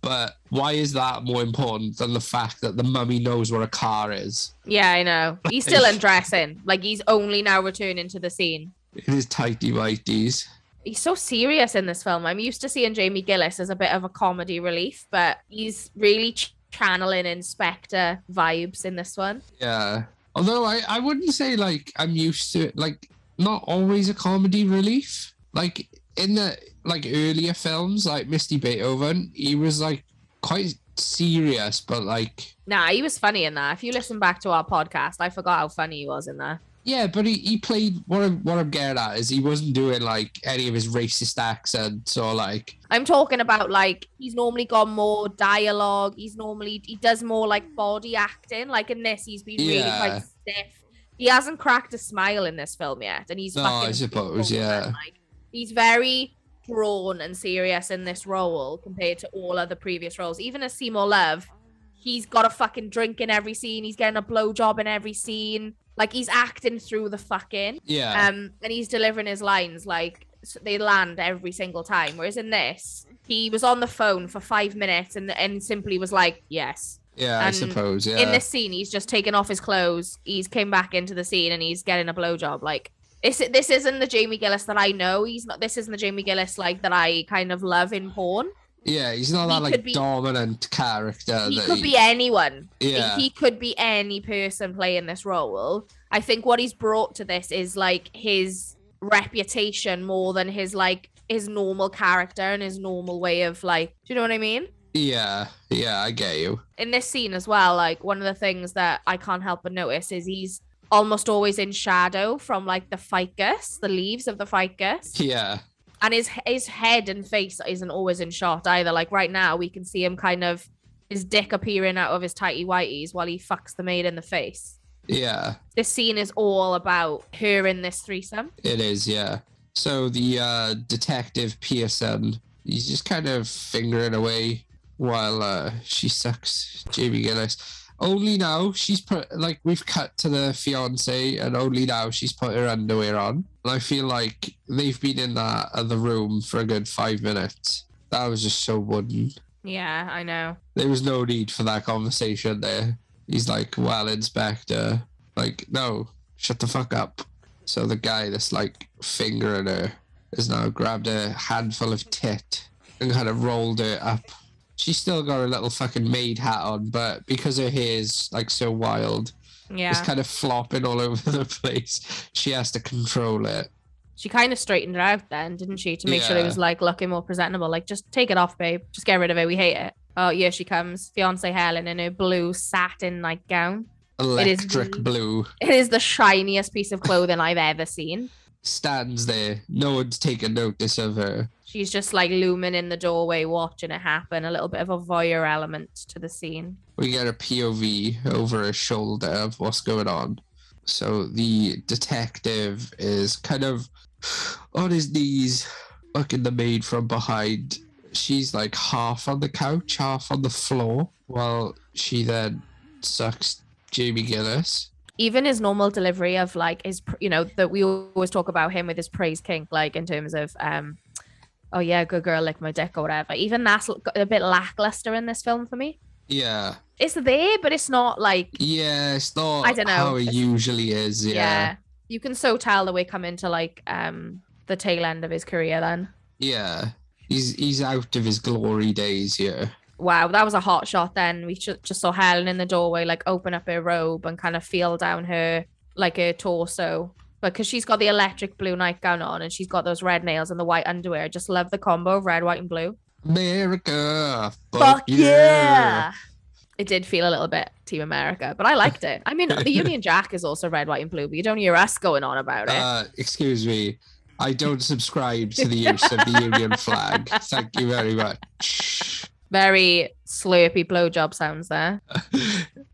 But why is that more important than the fact that the mummy knows what a car is?
Yeah, I know. He's still undressing. Like he's only now returning to the scene.
It is tighty whities.
He's so serious in this film. I'm used to seeing Jamie Gillis as a bit of a comedy relief, but he's really ch- channeling inspector vibes in this one.
Yeah. Although I, I wouldn't say like I'm used to it. Like not always a comedy relief. Like in the like earlier films, like Misty Beethoven, he was like quite serious, but like
Nah, he was funny in that. If you listen back to our podcast, I forgot how funny he was in that.
yeah, but he, he played what I'm what I'm getting at is he wasn't doing like any of his racist accents or like
I'm talking about like he's normally got more dialogue. He's normally he does more like body acting. Like in this, he's been really
Yeah.
quite stiff. He hasn't cracked a smile in this film yet, and he's
No,
fucking
I suppose,
beautiful, man.
yeah.
Like, he's very drawn and serious in this role compared to all other previous roles. Even as Seymour Love, he's got a fucking drink in every scene. He's getting a blowjob in every scene. Like he's acting through the fucking.
yeah.
um and he's delivering his lines like s- they land every single time whereas in this he was on the phone for five minutes and and simply was like yes
yeah, I
and
suppose. Yeah.
in this scene he's just taken off his clothes he's came back into the scene and he's getting a blowjob like this, this isn't the Jamie Gillis that I know. He's not. This isn't the Jamie Gillis like that I kind of love in porn.
yeah, he's not
he
that like
could be-
dominant character
he
that
could be anyone.
Yeah.
He could be any person playing this role. I think what he's brought to this is like his reputation more than his like his normal character and his normal way of like do you know what I mean?
Yeah, yeah, I get you.
In this scene as well, like one of the things that I can't help but notice is he's almost always in shadow from like the ficus, the leaves of the ficus
Yeah.
and his his head and face isn't always in shot either. Like right now, we can see him kind of his dick appearing out of his tighty whities while he fucks the maid in the face.
Yeah.
This scene is all about her in this threesome.
It is, yeah. So the uh, detective Pearson, he's just kind of fingering away while uh, she sucks Jamie Gillis, Only now she's put like we've cut to the fiance, and only now she's put her underwear on. And I feel like they've been in that other room for a good five minutes. That was just so wooden.
Yeah, I know.
There was no need for that conversation there. He's like, "Well, Inspector, like, no, shut the fuck up." So the guy that's like fingering her has now grabbed a handful of tit and kind of rolled it up. She's still got her little fucking maid hat on, but because her hair's like so wild, it's
Yeah.
kind of flopping all [laughs] over the place. She has to control it.
she kind of straightened it out then, didn't she? To make sure it
Yeah.
was like looking more presentable. Like, just take it off, babe. Just get rid of it. We hate it. Oh, here she comes. Fiance Helen in her blue satin nightgown. is
Electric
the-
blue
It is the shiniest piece of clothing I've ever seen.
stands there. No one's taken notice of her.
She's just like looming in the doorway, watching it happen. A little bit of a voyeur element to the scene.
we get a POV over his shoulder of what's going on. So the detective is kind of on his knees, looking the maid from behind. She's like half on the couch, half on the floor, while she then sucks Jamie Gillis.
even his normal delivery of like his pr- you know that we always talk about him with his praise kink like in terms of um oh yeah good girl like my dick or whatever even that's l- a bit lackluster in this film for me
Yeah,
it's there but it's not like
yeah, it's not
I dunno.
how it usually is.
yeah,
Yeah,
you can so tell that we're coming to like um the tail end of his career then
yeah. He's he's out of his glory days here.
wow that was a hot shot then we ju- just saw helen in the doorway like open up her robe and kind of feel down her like her torso because she's got the electric blue nightgown on and she's got those red nails and the white underwear I just love the combo of red white and blue
America, fuck,
fuck
yeah.
yeah it did feel a little bit team america but i liked it i mean
[laughs]
the union jack is also red white and blue but you don't hear us going on about it
Uh, excuse me. I don't subscribe to the use of the Union flag. Thank you very much.
very slurpy blowjob sounds there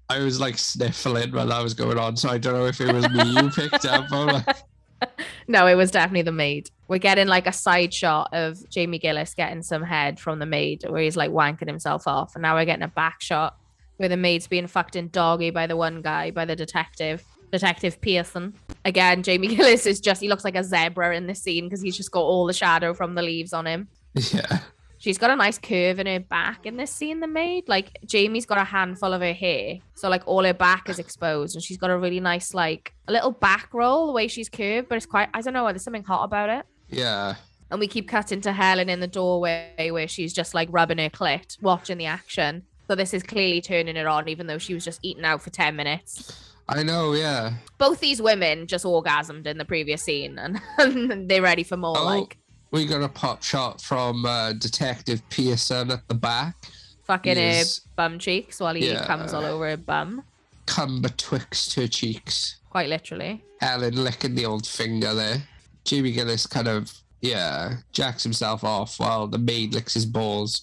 I was like sniffling while that was going on, so I don't know if it was me you picked up or
No, it was definitely the maid. We're getting like a side shot of Jamie Gillis getting some head from the maid where he's like wanking himself off. And now we're getting a back shot where the maid's being fucked in doggy by the one guy, by the detective, Detective Pearson. Again, Jamie [laughs] Gillis is just, he looks like a zebra in this scene because he's just got all the shadow from the leaves on him.
yeah.
She's got a nice curve in her back in this scene, the maid. Like Jamie's got a handful of her hair. So like all her back is exposed and she's got a really nice, like a little back roll the way she's curved, but it's quite I don't know, there's something hot about it.
Yeah.
And we keep cutting to Helen in the doorway where she's just like rubbing her clit, watching the action. So this is clearly turning it on, even though she was just eating out for ten minutes.
I know, yeah.
Both these women just orgasmed in the previous scene and, [laughs] they're ready for more
Oh.
like
We got a pop shot from uh, Detective Pearson at the back.
fucking
Yes.
her bum cheeks while he
Yeah.
comes all over her bum.
Come betwixt her cheeks.
Quite literally.
Helen licking the old finger there. Jimmy Gillis kind of, yeah, jacks himself off while the maid licks his balls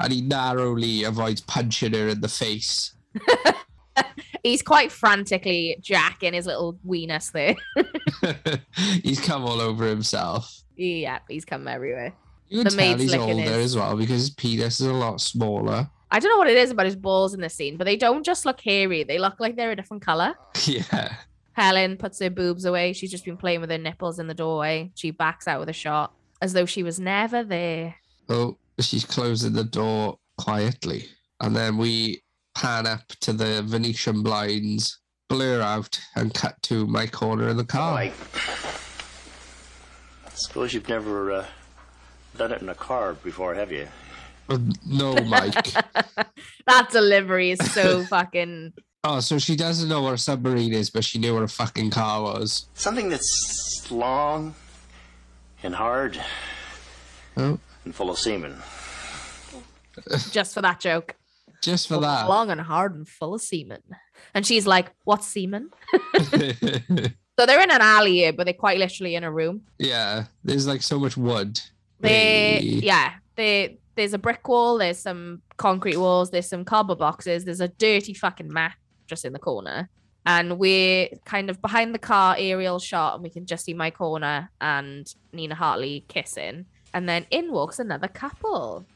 and he narrowly avoids punching her in the face. [laughs]
he's quite frantically jacking his little weenus there. [laughs]
he's come all over himself.
yeah, he's come everywhere.
You can
The
tell
maid's
he's
licking
older
his-
as well because his penis is a lot smaller. [laughs]
I don't know what it is about his balls in this scene, but they don't just look hairy. They look like they're a different color.
yeah.
Helen puts her boobs away. She's just been playing with her nipples in the doorway. She backs out with a shot as though she was never there.
Oh, she's closing the door quietly. And then we pan up to the Venetian blinds, blur out, and cut to my corner in the car.
Like, suppose you've never uh, done it in a car before, have you?
[laughs] No, Mike.
That delivery
[laughs]
is so fucking.
Oh, so she doesn't know what a submarine is, but she knew what a fucking car was.
Something that's long and hard
Oh,
and full of semen.
Just for that joke.
just for that. [laughs]
Long and hard and full of semen. And she's like, "What's semen?" So they're in an alley here, but they're quite literally in a room.
yeah, there's like so much wood.
They,
Hey.
yeah, they, there's a brick wall, there's some concrete walls, there's some cardboard boxes, there's a dirty fucking mat just in the corner. And we're kind of behind the car aerial shot, and we can just see my corner and Nina Hartley kissing. And then in walks another couple.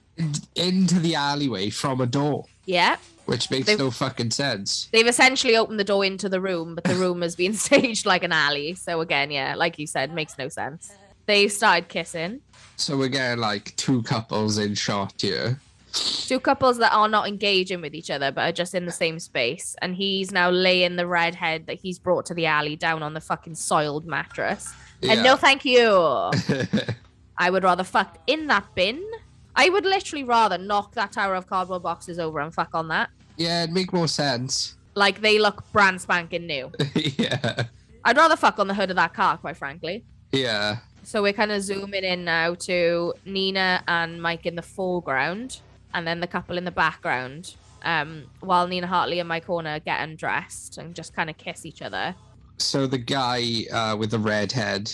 Into the alleyway from a door.
Yeah.
which makes
They-
no fucking sense.
They've essentially opened the door into the room, but the room has been [laughs] staged like an alley. So again, yeah, like you said, makes no sense. They started kissing.
So we're getting like two couples in shot here.
Two couples that are not engaging with each other, but are just in the same space. And he's now laying the redhead that he's brought to the alley down on the fucking soiled mattress. And no, thank you. I would rather fuck in that bin. I would literally rather knock that tower of cardboard boxes over and fuck on that.
yeah, it'd make more sense. [laughs]
Like they look brand spanking new.
yeah,
I'd rather fuck on the hood of that car, quite frankly.
yeah.
So we're kind of zooming in now to Nina and Mike in the foreground, and then the couple in the background. Um, while Nina Hartley and Mike Horner get undressed and just kind of kiss each other.
So the guy uh, with the red head,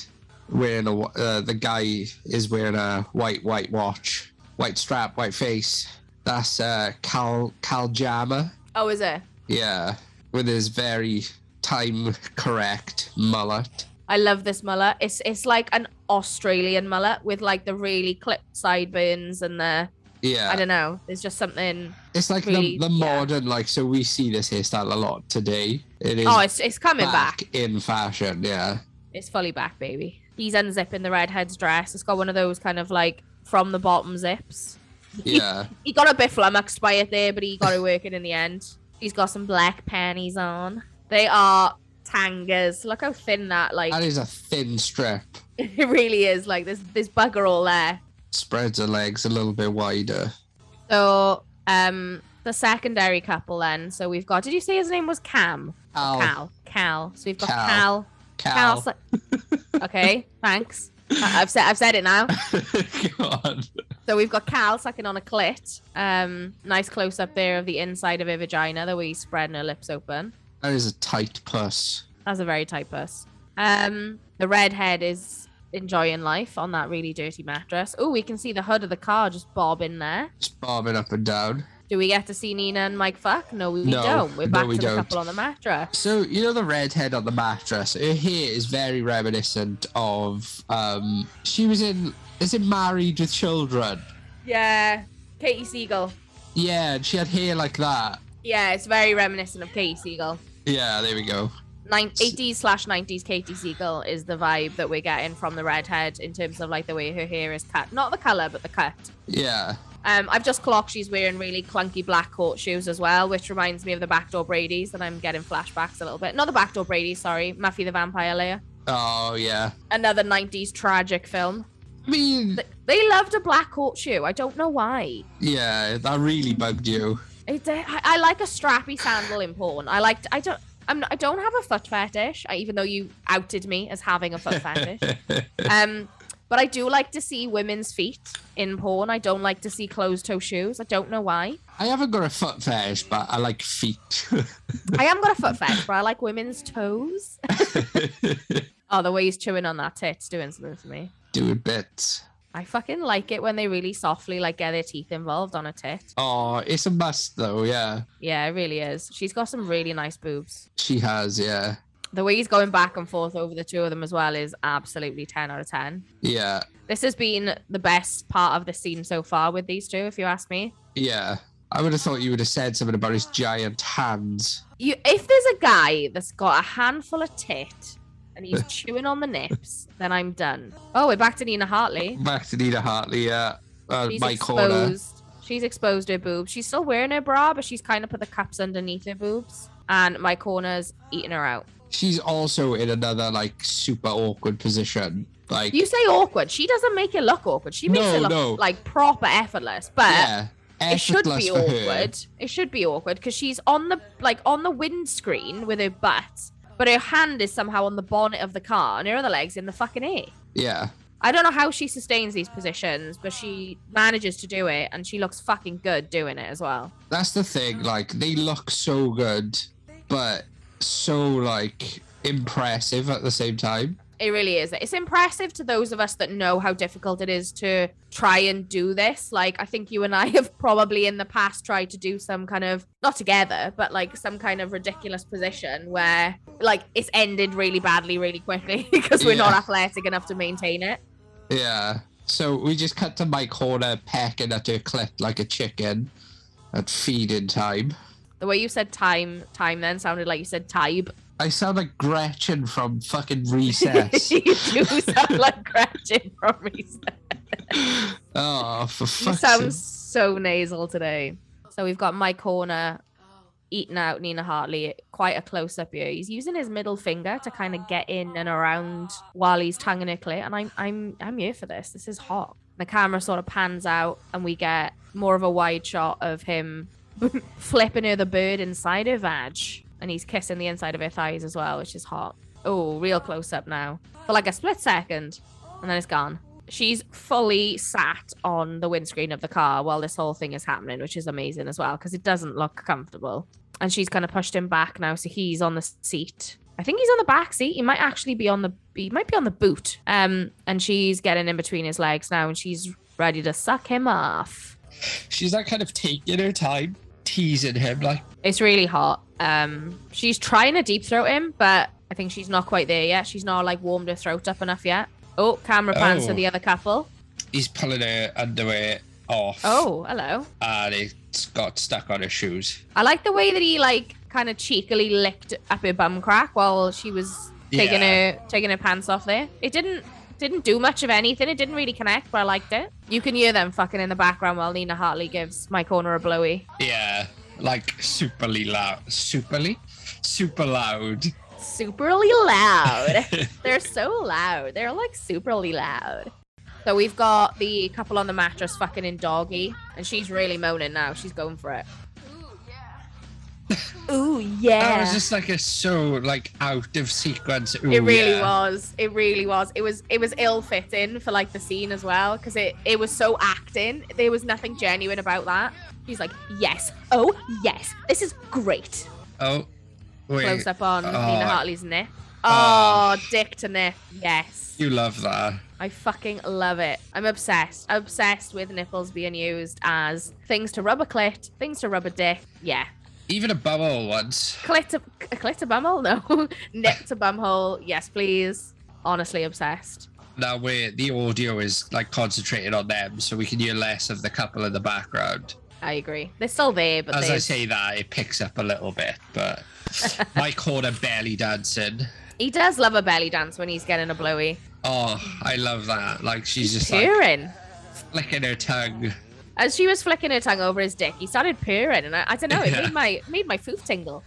wearing a wa- uh, the guy is wearing a white white watch, white strap, white face. That's uh, Cal Caljama.
Oh, is it?
Yeah, with his very time correct mullet.
I love this mullet. It's it's like an Australian mullet with like the really clipped sideburns and the
Yeah,
I don't know. There's just something.
it's like
really-
the, the
yeah.
modern like. So we see this hairstyle a lot today. It is
Oh, it's it's coming back.
in fashion.
[laughs]
Yeah,
It's fully back, baby. He's unzipping the redhead's dress. It's got one of those kind of like from the bottom zips.
yeah.
He got a bit flummoxed by it there, but he got it working in the end. He's got some black panties on. They are tangas. Look how thin that like
that is a thin strip.
[laughs] it really is. Like there's this bugger all there.
Spreads the legs a little bit wider.
So um the secondary couple then. So we've got did you say his name was Cam?
Al,
Cal. Cal. So we've got
Cal.
Cal.
Cal.
Cal. Sa- okay, thanks. I- I've said I've said it now.
God.
So we've got Cal sucking on a clit. Um, nice close up there of the inside of her vagina, the way he's spreading her lips open.
That is a tight puss.
That's a very tight puss. Um, the redhead is enjoying life on that really dirty mattress. Oh, we can see the hood of the car just bobbing there.
It's bobbing up and down.
Do we get to see Nina and Mike fuck? No, we,
No,
don't. We're
no,
back
we
to
don't.
the couple on the mattress.
So you know the redhead on the mattress. Her hair is very reminiscent of. um She was in. Is it Married with Children?
Yeah, Katie Siegel.
Yeah, and she had hair like that.
Yeah, it's very reminiscent of Katie Siegel.
Yeah, there we go.
Nine,
S-
80s slash 90s Katie Siegel is the vibe that we're getting from the redhead in terms of like the way her hair is cut. Not the color, but the cut.
Yeah,
Um, I've just clocked she's wearing really clunky black court shoes as well, which reminds me of the backdoor Brady's, and I'm getting flashbacks a little bit. Not the backdoor Brady's, sorry, Muffy the Vampire Layer.
Oh yeah.
Another 90s tragic film.
I mean,
Th- They loved a black court shoe. I don't know why.
yeah, that really bugged you.
It, did- I, I like a strappy sandal in porn. I liked. I don't. I'm. Not, I don't have a foot fetish. I, even though you outed me as having a foot fetish. um, but I do like to see women's feet in porn. I don't like to see closed toe shoes. I don't know why.
I haven't got a foot fetish, but I like feet. [laughs]
I am got a foot fetish, but I like women's toes. oh, the way he's chewing on that tit's doing something for me.
Doing bits.
I fucking like it when they really softly like get their teeth involved on a tit.
Oh, it's a must though. Yeah,
Yeah, it really is. She's got some really nice boobs.
she has. Yeah,
The way he's going back and forth over the two of them as well is absolutely 10 out of 10.
yeah,
This has been the best part of the scene so far with these two, if you ask me.
yeah. I would have thought you would have said something about his giant hands.
You, if there's a guy that's got a handful of tit and he's chewing on the nips, then I'm done. Oh, we're back to Nina Hartley.
Back to Nina Hartley. Yeah, uh,
She's
my corner.
exposed. She's exposed her boobs. She's still wearing her bra, but she's kind of put the cups underneath her boobs. And my corner's eating her out.
She's also in another like super awkward position. Like
You say awkward. She doesn't make it look awkward. She makes
No,
it look
no.
like proper effortless. But
yeah,
it should
effortless
be
for her.
awkward. It should be awkward because she's on the like on the windscreen with her butt, but her hand is somehow on the bonnet of the car, and her other legs in the fucking air.
Yeah,
I don't know how she sustains these positions, but she manages to do it, and she looks fucking good doing it as well.
that's the thing. Like they look so good, but so like impressive at the same time.
It really is. It's impressive to those of us that know how difficult it is to try and do this. Like, I think you and I [laughs] have probably in the past tried to do some kind of, not together, but like some kind of ridiculous position where like it's ended really badly, really quickly [laughs] because we're not
Yeah.
athletic enough to maintain it.
Yeah. So we just cut to my corner pecking at her clit like a chicken at feeding time.
The way you said time, time then sounded like you said type.
I sound like Gretchen from fucking Recess.
[laughs] you do sound like Gretchen from Reese.
oh, for
You
fuck's sake.
sound so nasal today. So we've got my corner eating out Nina Hartley. Quite a close up here. He's using his middle finger to kind of get in and around while he's tangling it clear. And I'm I'm I'm here for this. This is hot. The camera sort of pans out and we get more of a wide shot of him [laughs] flipping her the bird inside her vag. And he's kissing the inside of her thighs as well, which is hot. Oh, real close up now. For like a split second. And then it's gone she's fully sat on the windscreen of the car while this whole thing is happening, which is amazing as well because it doesn't look comfortable. And she's kind of pushed him back now, so he's on the seat. I think he's on the back seat. He might actually be on the he might be on the boot. Um, and she's getting in between his legs now, and she's ready to suck him off.
She's like kind of taking her time, teasing him, like,
It's really hot. Um, she's trying to deep throat him, but I think she's not quite there yet. She's not like warmed her throat up enough yet. Oh, camera pans to
Oh.
the other couple.
he's pulling her underwear off.
Oh, hello.
And it's got stuck on her shoes.
I like the way that he like kind of cheekily licked up her bum crack while she was taking
Yeah.
her taking her pants off there. It didn't didn't do much of anything. It didn't really connect, but I liked it. You can hear them fucking in the background while Nina Hartley gives my corner a blowy.
Yeah, like superly loud. Superly? Super loud.
Superly [laughs] loud. They're so loud. They're like superly loud. So we've got the couple on the mattress fucking in doggy, and she's really moaning now. She's going for it. Ooh yeah.
That was just like a so like out of sequence.
It really was. It really was. It was. It was ill fitting for like the scene as well because it it was so acting. There was nothing genuine about that. He's like, yes, oh yes, this is great.
Oh, wait.
Close up on
Oh,
Nina Hartley's nip.
Oh.
Oh, dick to nip. Yes,
You love that.
I fucking love it. I'm obsessed. I'm obsessed with nipples being used as things to rub a clit, things to rub a dick. Yeah,
Even a bubble once.
clit to clit to bumhole. No, [laughs] nip to bumhole. Yes, please. Honestly, obsessed.
Now where the audio is like concentrated on them, so we can hear less of the couple in the background.
I agree. They're still there, but
As I
they
say that, it picks up a little bit,
[laughs]
but I caught a belly dancing.
he does love a belly dance when he's getting a blowy.
Oh, I love that. Like she's just like
Purring.
flicking her tongue. [laughs]
As she was flicking her tongue over his dick, he started purring, and I, I don't know, it
[laughs] Yeah.
made my made my foof tingle.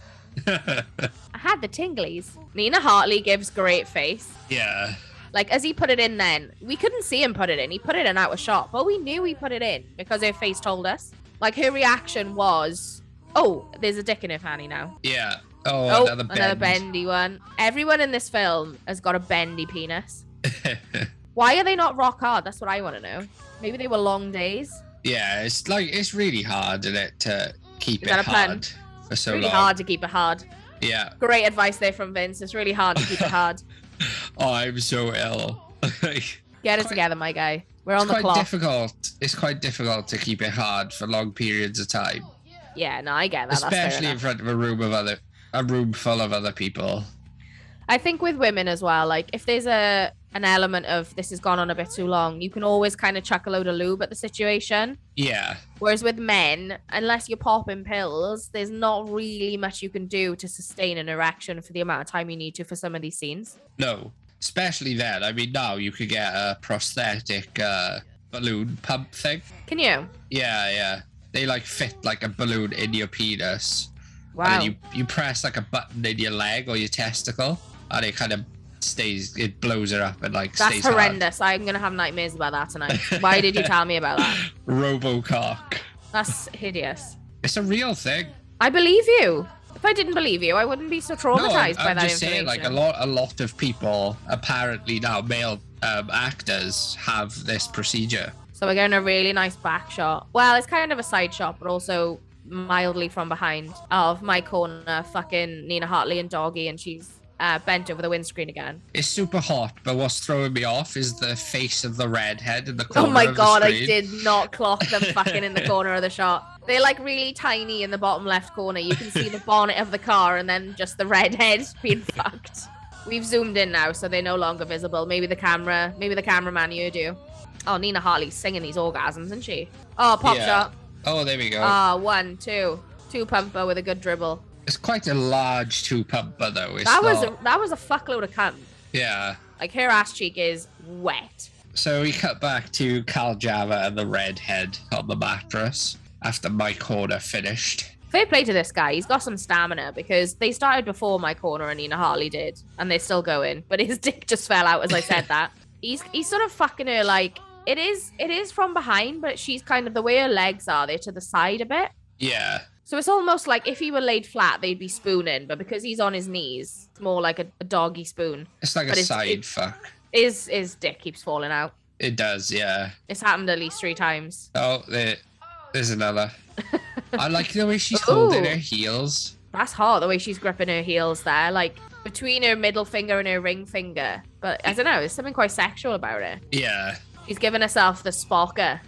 I had the tinglies. Nina Hartley gives great face.
yeah.
Like as he put it in, then we couldn't see him put it in. He put it in out of shot, but we knew he put it in because her face told us. Like her reaction was, "Oh, there's a dick in her fanny now."
Yeah. Oh,
Oh,
another bend.
bendy one. Everyone in this film has got a bendy penis. Why are they not rock hard? That's what I want to know. Maybe they were long days.
[laughs] yeah, it's like it's really hard, isn't it, to keep
Is
it
that a pun?
hard for so
really
long.
hard to keep it hard.
Yeah.
Great advice there from Vince. It's really hard to keep it
[laughs]
hard.
Oh, I'm so ill. [laughs] Like,
Get it
Quite-
together, my guy. We're on
it's
the
quite
clock.
difficult. It's quite difficult to keep it hard for long periods of time,
yeah, no, I get that. That's fair
especially in
enough.
front of a room of other, a room full of other people.
I think with women as well, like if there's a an element of this has gone on a bit too long, you can always kind of chuck a load of lube at the situation.
Yeah.
Whereas with men, unless you're popping pills, there's not really much you can do to sustain an erection for the amount of time you need to for some of these scenes.
No. Especially then. I mean, now you could get a prosthetic uh, balloon pump thing.
Can you?
Yeah, yeah. They like fit like a balloon in your penis.
Wow.
And then you, you press like a button in your leg or your testicle, and it kind of stays, it blows her up and like
That's
stays hard.
horrendous. I'm going to have nightmares about that tonight. Why did you tell me about
[laughs]
that?
Robocock.
That's hideous.
It's a real thing.
I believe you. If I didn't believe you, I wouldn't be so
No, I'm-
traumatized
I'm,
by that
just saying,
information.
like a lot, a lot of people apparently now male um, actors have this procedure.
So we're getting a really nice back shot. Well, it's kind of a side shot, but also mildly from behind of my corner, fucking Nina Hartley and Doggy, and she's uh, bent over the windscreen again.
It's super hot, but what's throwing me off is the face of the redhead in the corner.
Oh my
of the
god, I
screen.
did not clock
[laughs]
them fucking in the corner of the shot. They're like really tiny in the bottom left corner. You can see the bonnet of the car and then just the red head [laughs] being fucked. We've zoomed in now, so they're no longer visible. Maybe the camera, maybe the cameraman you do. Oh, Nina Hartley's singing these orgasms, isn't she? Oh, pop
Yeah.
shot.
Oh, there we go.
Ah, one, two. Two pumper with a good dribble.
It's quite a large two pumper though. It's
that was
not-
a, that was a fuckload of cunt.
yeah.
Like her ass cheek is wet.
So we cut back to Cal Java and the redhead on the mattress after my corner finished.
Fair play to this guy. He's got some stamina because they started before my corner and Nina Hartley did, and they're still going. [laughs] But his dick just fell out as I said that. He's he's sort of fucking her like it is it is from behind, but she's kind of the way her legs are, they're to the side a bit.
Yeah.
So it's almost like if he were laid flat, they'd be spooning, but because he's on his knees, it's more like a, a doggy spoon.
It's like
But
a
it's-
side
it-
fuck.
His his dick keeps falling out.
It does, yeah.
It's happened at least three times.
Oh, there, there's
[laughs]
another. I like the way she's holding
Ooh.
her heels.
That's hard the way she's gripping her heels there, like between her middle finger and her ring finger. But I don't know, there's something quite sexual about it.
Yeah.
She's giving herself the spocker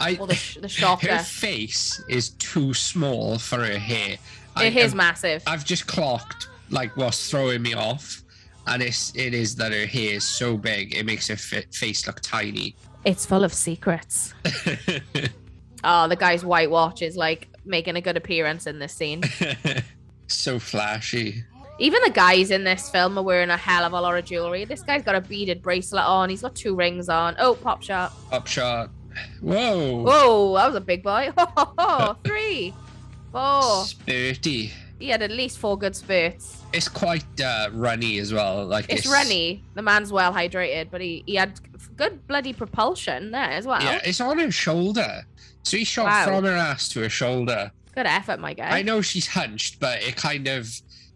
I,
or the sh-
[laughs]
the
her
shocker.
face is too small for her hair. I,
It is
I've-
massive.
I've just clocked like what's throwing me off, and it's it is that her hair is so big it makes her fa- face look tiny. [laughs]
It's full of secrets. Oh, the guy's white watch is like making a good appearance in this scene.
so flashy.
Even the guys in this film are wearing a hell of a lot of jewelry. This guy's got a beaded bracelet on. He's got two rings on. Oh, pop shot.
Upshot. Whoa.
Whoa, that was a big boy. [laughs] Three, four.
Spirty.
He had at least four good spurts.
It's quite uh, runny as well. Like
It's runny. The man's well hydrated, but he, he had good bloody propulsion there as well.
Yeah, it's on her shoulder. So he shot
Wow.
from her ass to her shoulder.
Good effort, my guy.
I know she's hunched, but it kind of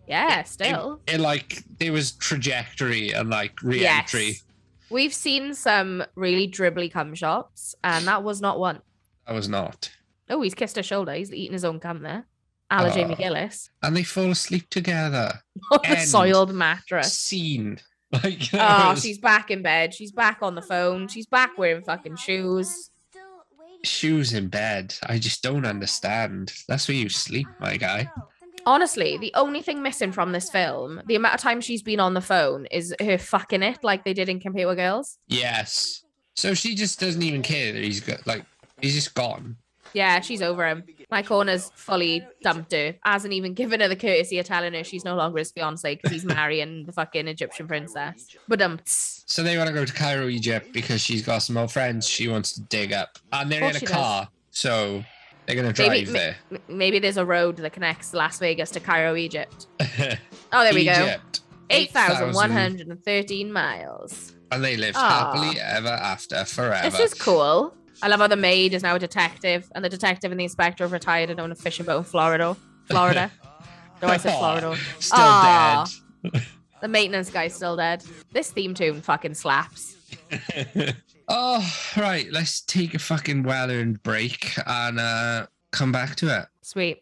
Yeah,
it-
still.
It, like there was trajectory and like re-entry.
Yes. We've seen some really dribbly cum shots, and that was not one.
I was not.
Oh, he's kissed her shoulder. He's eating his own cum there. Ala
Oh.
Jamie Gillis [laughs]
And they fall asleep together.
on the
End.
soiled
[laughs]
mattress.
Scene. Like that
Oh,
was-
she's back in bed. She's back on the phone. She's back wearing fucking shoes.
shoes in bed. I just don't understand. That's where you sleep, my guy.
Honestly, the only thing missing from this film, the amount of time she's been on the phone, is her fucking it like they did in Computer Girls.
Yes. So she just doesn't even care that he's got like he's just gone.
Yeah, she's over him. My corner's fully dumped her. Hasn't even given her the courtesy of telling her she's no longer his fiance because he's marrying the fucking Egyptian princess. But um,
So they want to go to Cairo, Egypt because she's got some old friends she wants to dig up. And they're in
Of
a
course she
car. So they're gonna drive
Maybe-
there.
maybe there's a road that connects Las Vegas to Cairo, Egypt. Oh, there we go.
Egypt.
8,113 miles.
And they lived
Aw.
happily ever after forever.
Ah. This is cool. I love how the maid is now a detective, and the detective and the inspector have retired and own a fishing boat in Florida. Florida.
[laughs]
no, I said Florida.
Still
Aw. The maintenance guy's still dead. This theme tune fucking slaps.
dead. [laughs] oh, right. Let's take a fucking well earned break and uh, come back to it.
Sweet.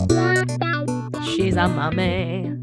She's a mummy.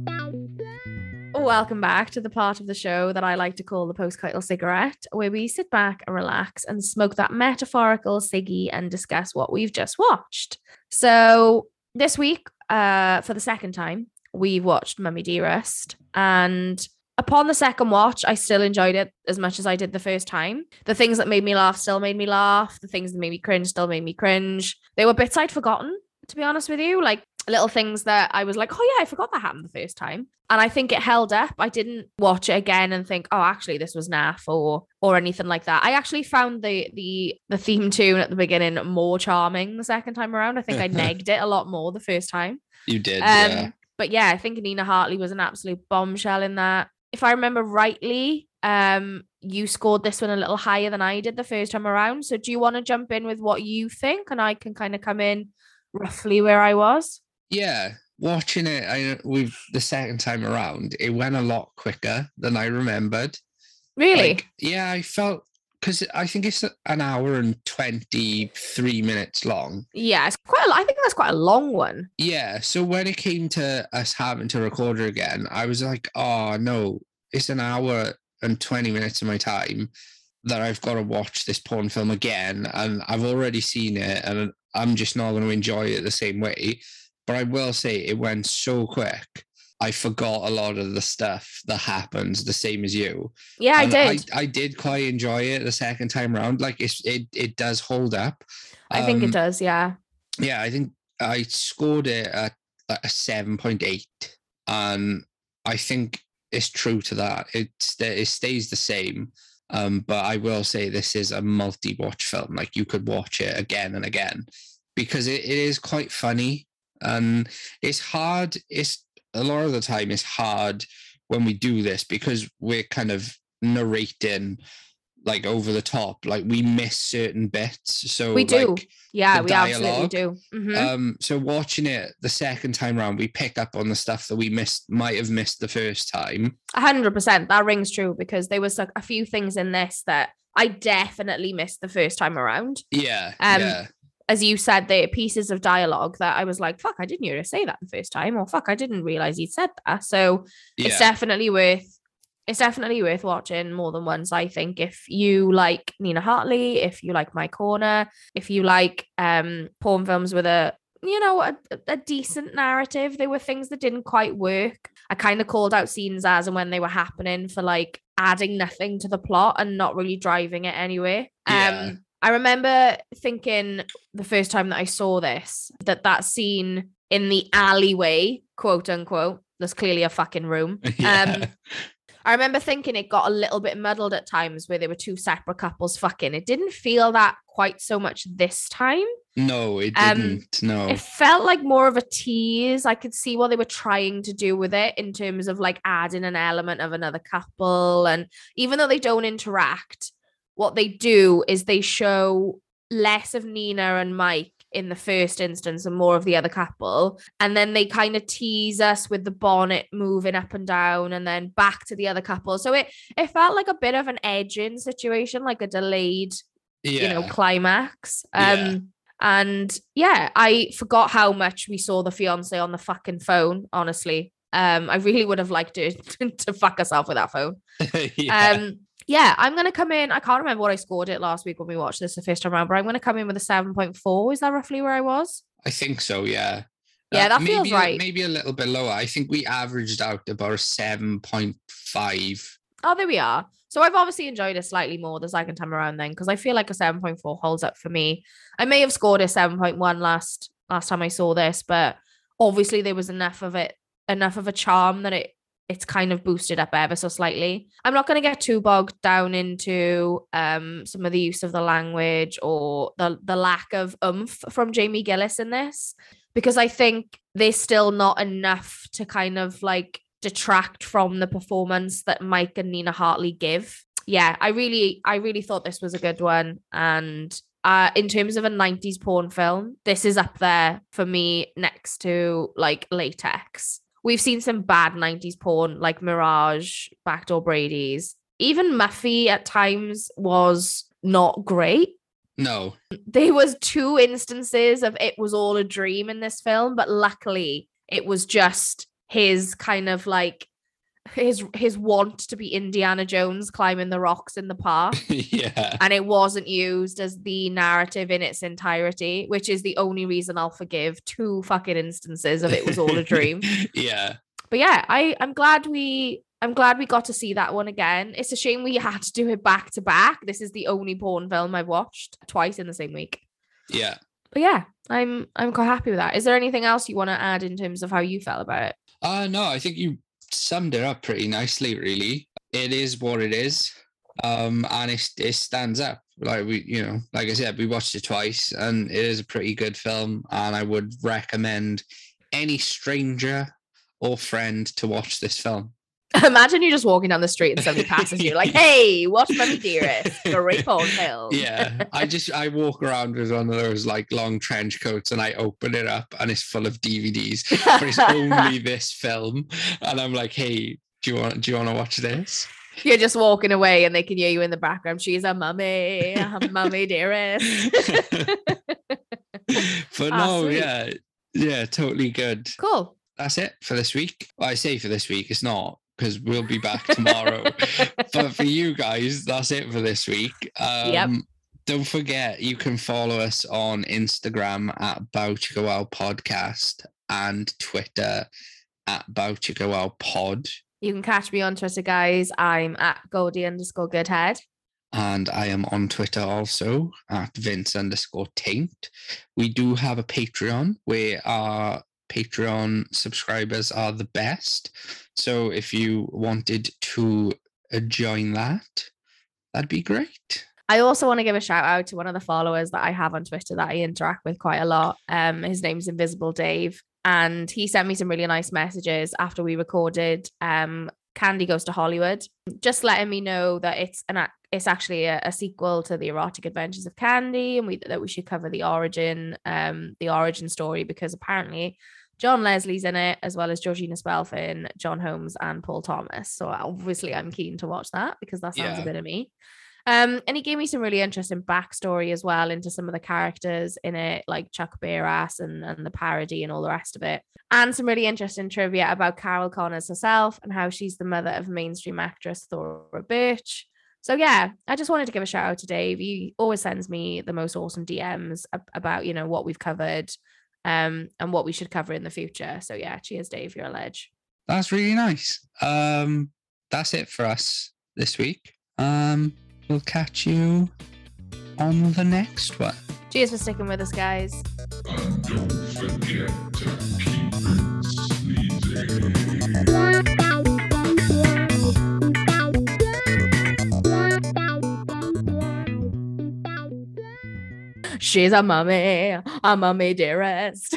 Welcome back to the part of the show that I like to call the postcoital cigarette, where we sit back and relax and smoke that metaphorical ciggy and discuss what we've just watched. So this week, uh, for the second time, we watched Mummy Dearest, and upon the second watch, I still enjoyed it as much as I did the first time. The things that made me laugh still made me laugh. The things that made me cringe still made me cringe. They were bits I'd forgotten, to be honest with you, like little things that I was like, oh yeah, I forgot that happened the first time. And I think it held up. I didn't watch it again and think, oh, actually, this was naff or or anything like that. I actually found the the the theme tune at the beginning more charming the second time around. I think I negged it a lot more the first time.
You did.
Um,
yeah.
But yeah, I think Nina Hartley was an absolute bombshell in that. If I remember rightly, um, you scored this one a little higher than I did the first time around. So do you want to jump in with what you think, and I can kind of come in roughly where I was?
Yeah. Watching it, I we've the second time around, it went a lot quicker than I remembered.
Really?
Like, yeah, I felt because I think it's an hour and 23 minutes long.
yeah, it's quite. A, I think that's quite a long one.
Yeah. So when it came to us having to record it again, I was like, oh, no, it's an hour and 20 minutes of my time that I've got to watch this porn film again. And I've already seen it and I'm just not going to enjoy it the same way. But I will say it went so quick. I forgot a lot of the stuff that happens, the same as you.
Yeah, I
And
did.
I, I did quite enjoy it the second time round. Like it's, it, it does hold up.
I, think
Um,
it does. Yeah.
yeah, I think I scored it at like a seven point eight, and I think it's true to that. It sta it stays the same, um, but I will say this is a multi-watch film. Like you could watch it again and again because it, it is quite funny, and it's hard. It's a lot of the time it's hard when we do this because we're kind of narrating like over the top like we miss certain bits so
We do.
like,
Yeah,
The
we absolutely do. Mhm.
um, so watching it the second time round, we pick up on the stuff that we missed, might have missed the first time.
A hundred percent. That rings true because there was like a few things in this that I definitely missed the first time around.
Yeah,
Um,
yeah,
As you said, there are pieces of dialogue that I was like, fuck, I didn't hear her say that the first time, or fuck, I didn't realize he'd said that. So it's
yeah,
definitely worth it's definitely worth watching more than once i think if you like nina hartley if you like my corner if you like um porn films with a you know a, a decent narrative there were things that didn't quite work i kind of called out scenes as and when they were happening for like adding nothing to the plot and not really driving it anyway um
Yeah.
i remember thinking the first time that I saw this that that scene in the alleyway, quote unquote, that's clearly a fucking room.
[laughs] Yeah.
Um, I remember thinking it got a little bit muddled at times where there were two separate couples fucking. It didn't feel that quite so much this time.
no, it
um,
didn't. no,
It felt like more of a tease. I could see what they were trying to do with it in terms of like adding an element of another couple. And even though they don't interact, what they do is they show less of Nina and Mike in the first instance and more of the other couple. And then they kind of tease us with the bonnet moving up and down and then back to the other couple. So it it felt like a bit of an edging situation, like a delayed
yeah,
you know climax um
Yeah.
and yeah i forgot how much we saw the fiance on the fucking phone honestly um i really would have liked her [laughs] to fuck herself with that phone
[laughs] yeah.
um yeah i'm gonna come in i can't remember what i scored it last week when we watched this the first time around but i'm gonna come in with a 7.4 is that roughly where i was
I think so. Yeah, Uh,
yeah, that
maybe,
feels
a-
right.
Maybe a little bit lower. I think we averaged out about a seven point five.
oh there we are so i've obviously enjoyed it slightly more the second time around then because i feel like a 7.4 holds up for me i may have scored a 7.1 last last time i saw this but obviously there was enough of it enough of a charm that it it's kind of boosted up ever so slightly i'm not going to get too bogged down into um some of the use of the language or the the lack of oomph from jamie gillis in this because i think there's still not enough to kind of like detract from the performance that mike and nina hartley give yeah i really i really thought this was a good one and uh, in terms of a 90s porn film, this is up there for me next to like latex. We've seen some bad 90s porn like Mirage, Backdoor Brady's. Even Muffy at times was not great.
No, [laughs]
There was two instances of it was all a dream in this film, but luckily it was just his kind of like his his want to be Indiana Jones climbing the rocks in the park
yeah,
and it wasn't used as the narrative in its entirety, which is the only reason I'll forgive two fucking instances of it
[laughs]
was all a dream.
yeah,
but yeah, I I'm glad we I'm glad we got to see that one again. It's a shame we [laughs] had to do it back to back. This is the only porn film I've watched twice in the same week.
yeah.
But yeah, I'm I'm quite happy with that. Is there anything else you want to add in terms of how you felt about it? [laughs]
Uh no, I think you summed it up pretty nicely, really. It is what it is. Um and it, it stands up. Like we you know, like I said, we watched it twice and it is a pretty good film and I would recommend any stranger or friend to watch this film.
Imagine you just walking down the street and somebody passes you,
[laughs]
like, "Hey, watch Mummy Dearest, great porn film."
Yeah. I just I walk around with one of those like long trench coats and I open it up and it's full of DVDs. [laughs] But
[laughs]
it's only this film. And I'm like, hey, do you want do you want to watch
[laughs]
this?
You're just walking away and they can hear you in the background. She's a mummy, a
[laughs]
mummy dearest. [laughs]
but
Ah,
no,
sweet.
yeah, yeah, totally good.
cool.
That's it for this week. Well, I say for this week, it's not because we'll be back
[laughs]
tomorrow. but for you guys, that's it for this week. Um,
Yep.
Don't forget, you can follow us on Instagram at Bow to Go Out Podcast and Twitter at Bow to Go Out Pod.
You can catch me on Twitter, guys. I'm at Goldie underscore Goodhead.
And I am on Twitter also at Vince underscore Taint. We do have a Patreon where our Patreon subscribers are the best. So if you wanted to uh, join that, that'd be great.
I also want to give a shout out to one of the followers that I have on Twitter that I interact with quite a lot. Um, his name's Invisible Dave, and he sent me some really nice messages after we recorded um, Candy Goes to Hollywood, just letting me know that it's an ac- it's actually a, a sequel to the Erotic Adventures of Candy, and we that we should cover the origin, um, the origin story because apparently. John Leslie's in it, as well as Georgina Spelfin, John Holmes, and Paul Thomas. So obviously, I'm keen to watch that because that sounds
Yeah.
a bit of me. Um, and he gave me some really interesting backstory as well into some of the characters in it, like Chuck Barras and, and the parody and all the rest of it. And some really interesting trivia about Carol Connors herself and how she's the mother of mainstream actress Thora Birch. So yeah, I just wanted to give a shout out to Dave. He always sends me the most awesome DMs ab- about you know what we've covered, um, and what we should cover in the future. So yeah, cheers, Dave. You're a ledge.
That's really nice. Um, that's it for us this week. Um, we'll catch you on the next one.
Cheers for sticking with us, guys. She's a mummy, a mummy dearest.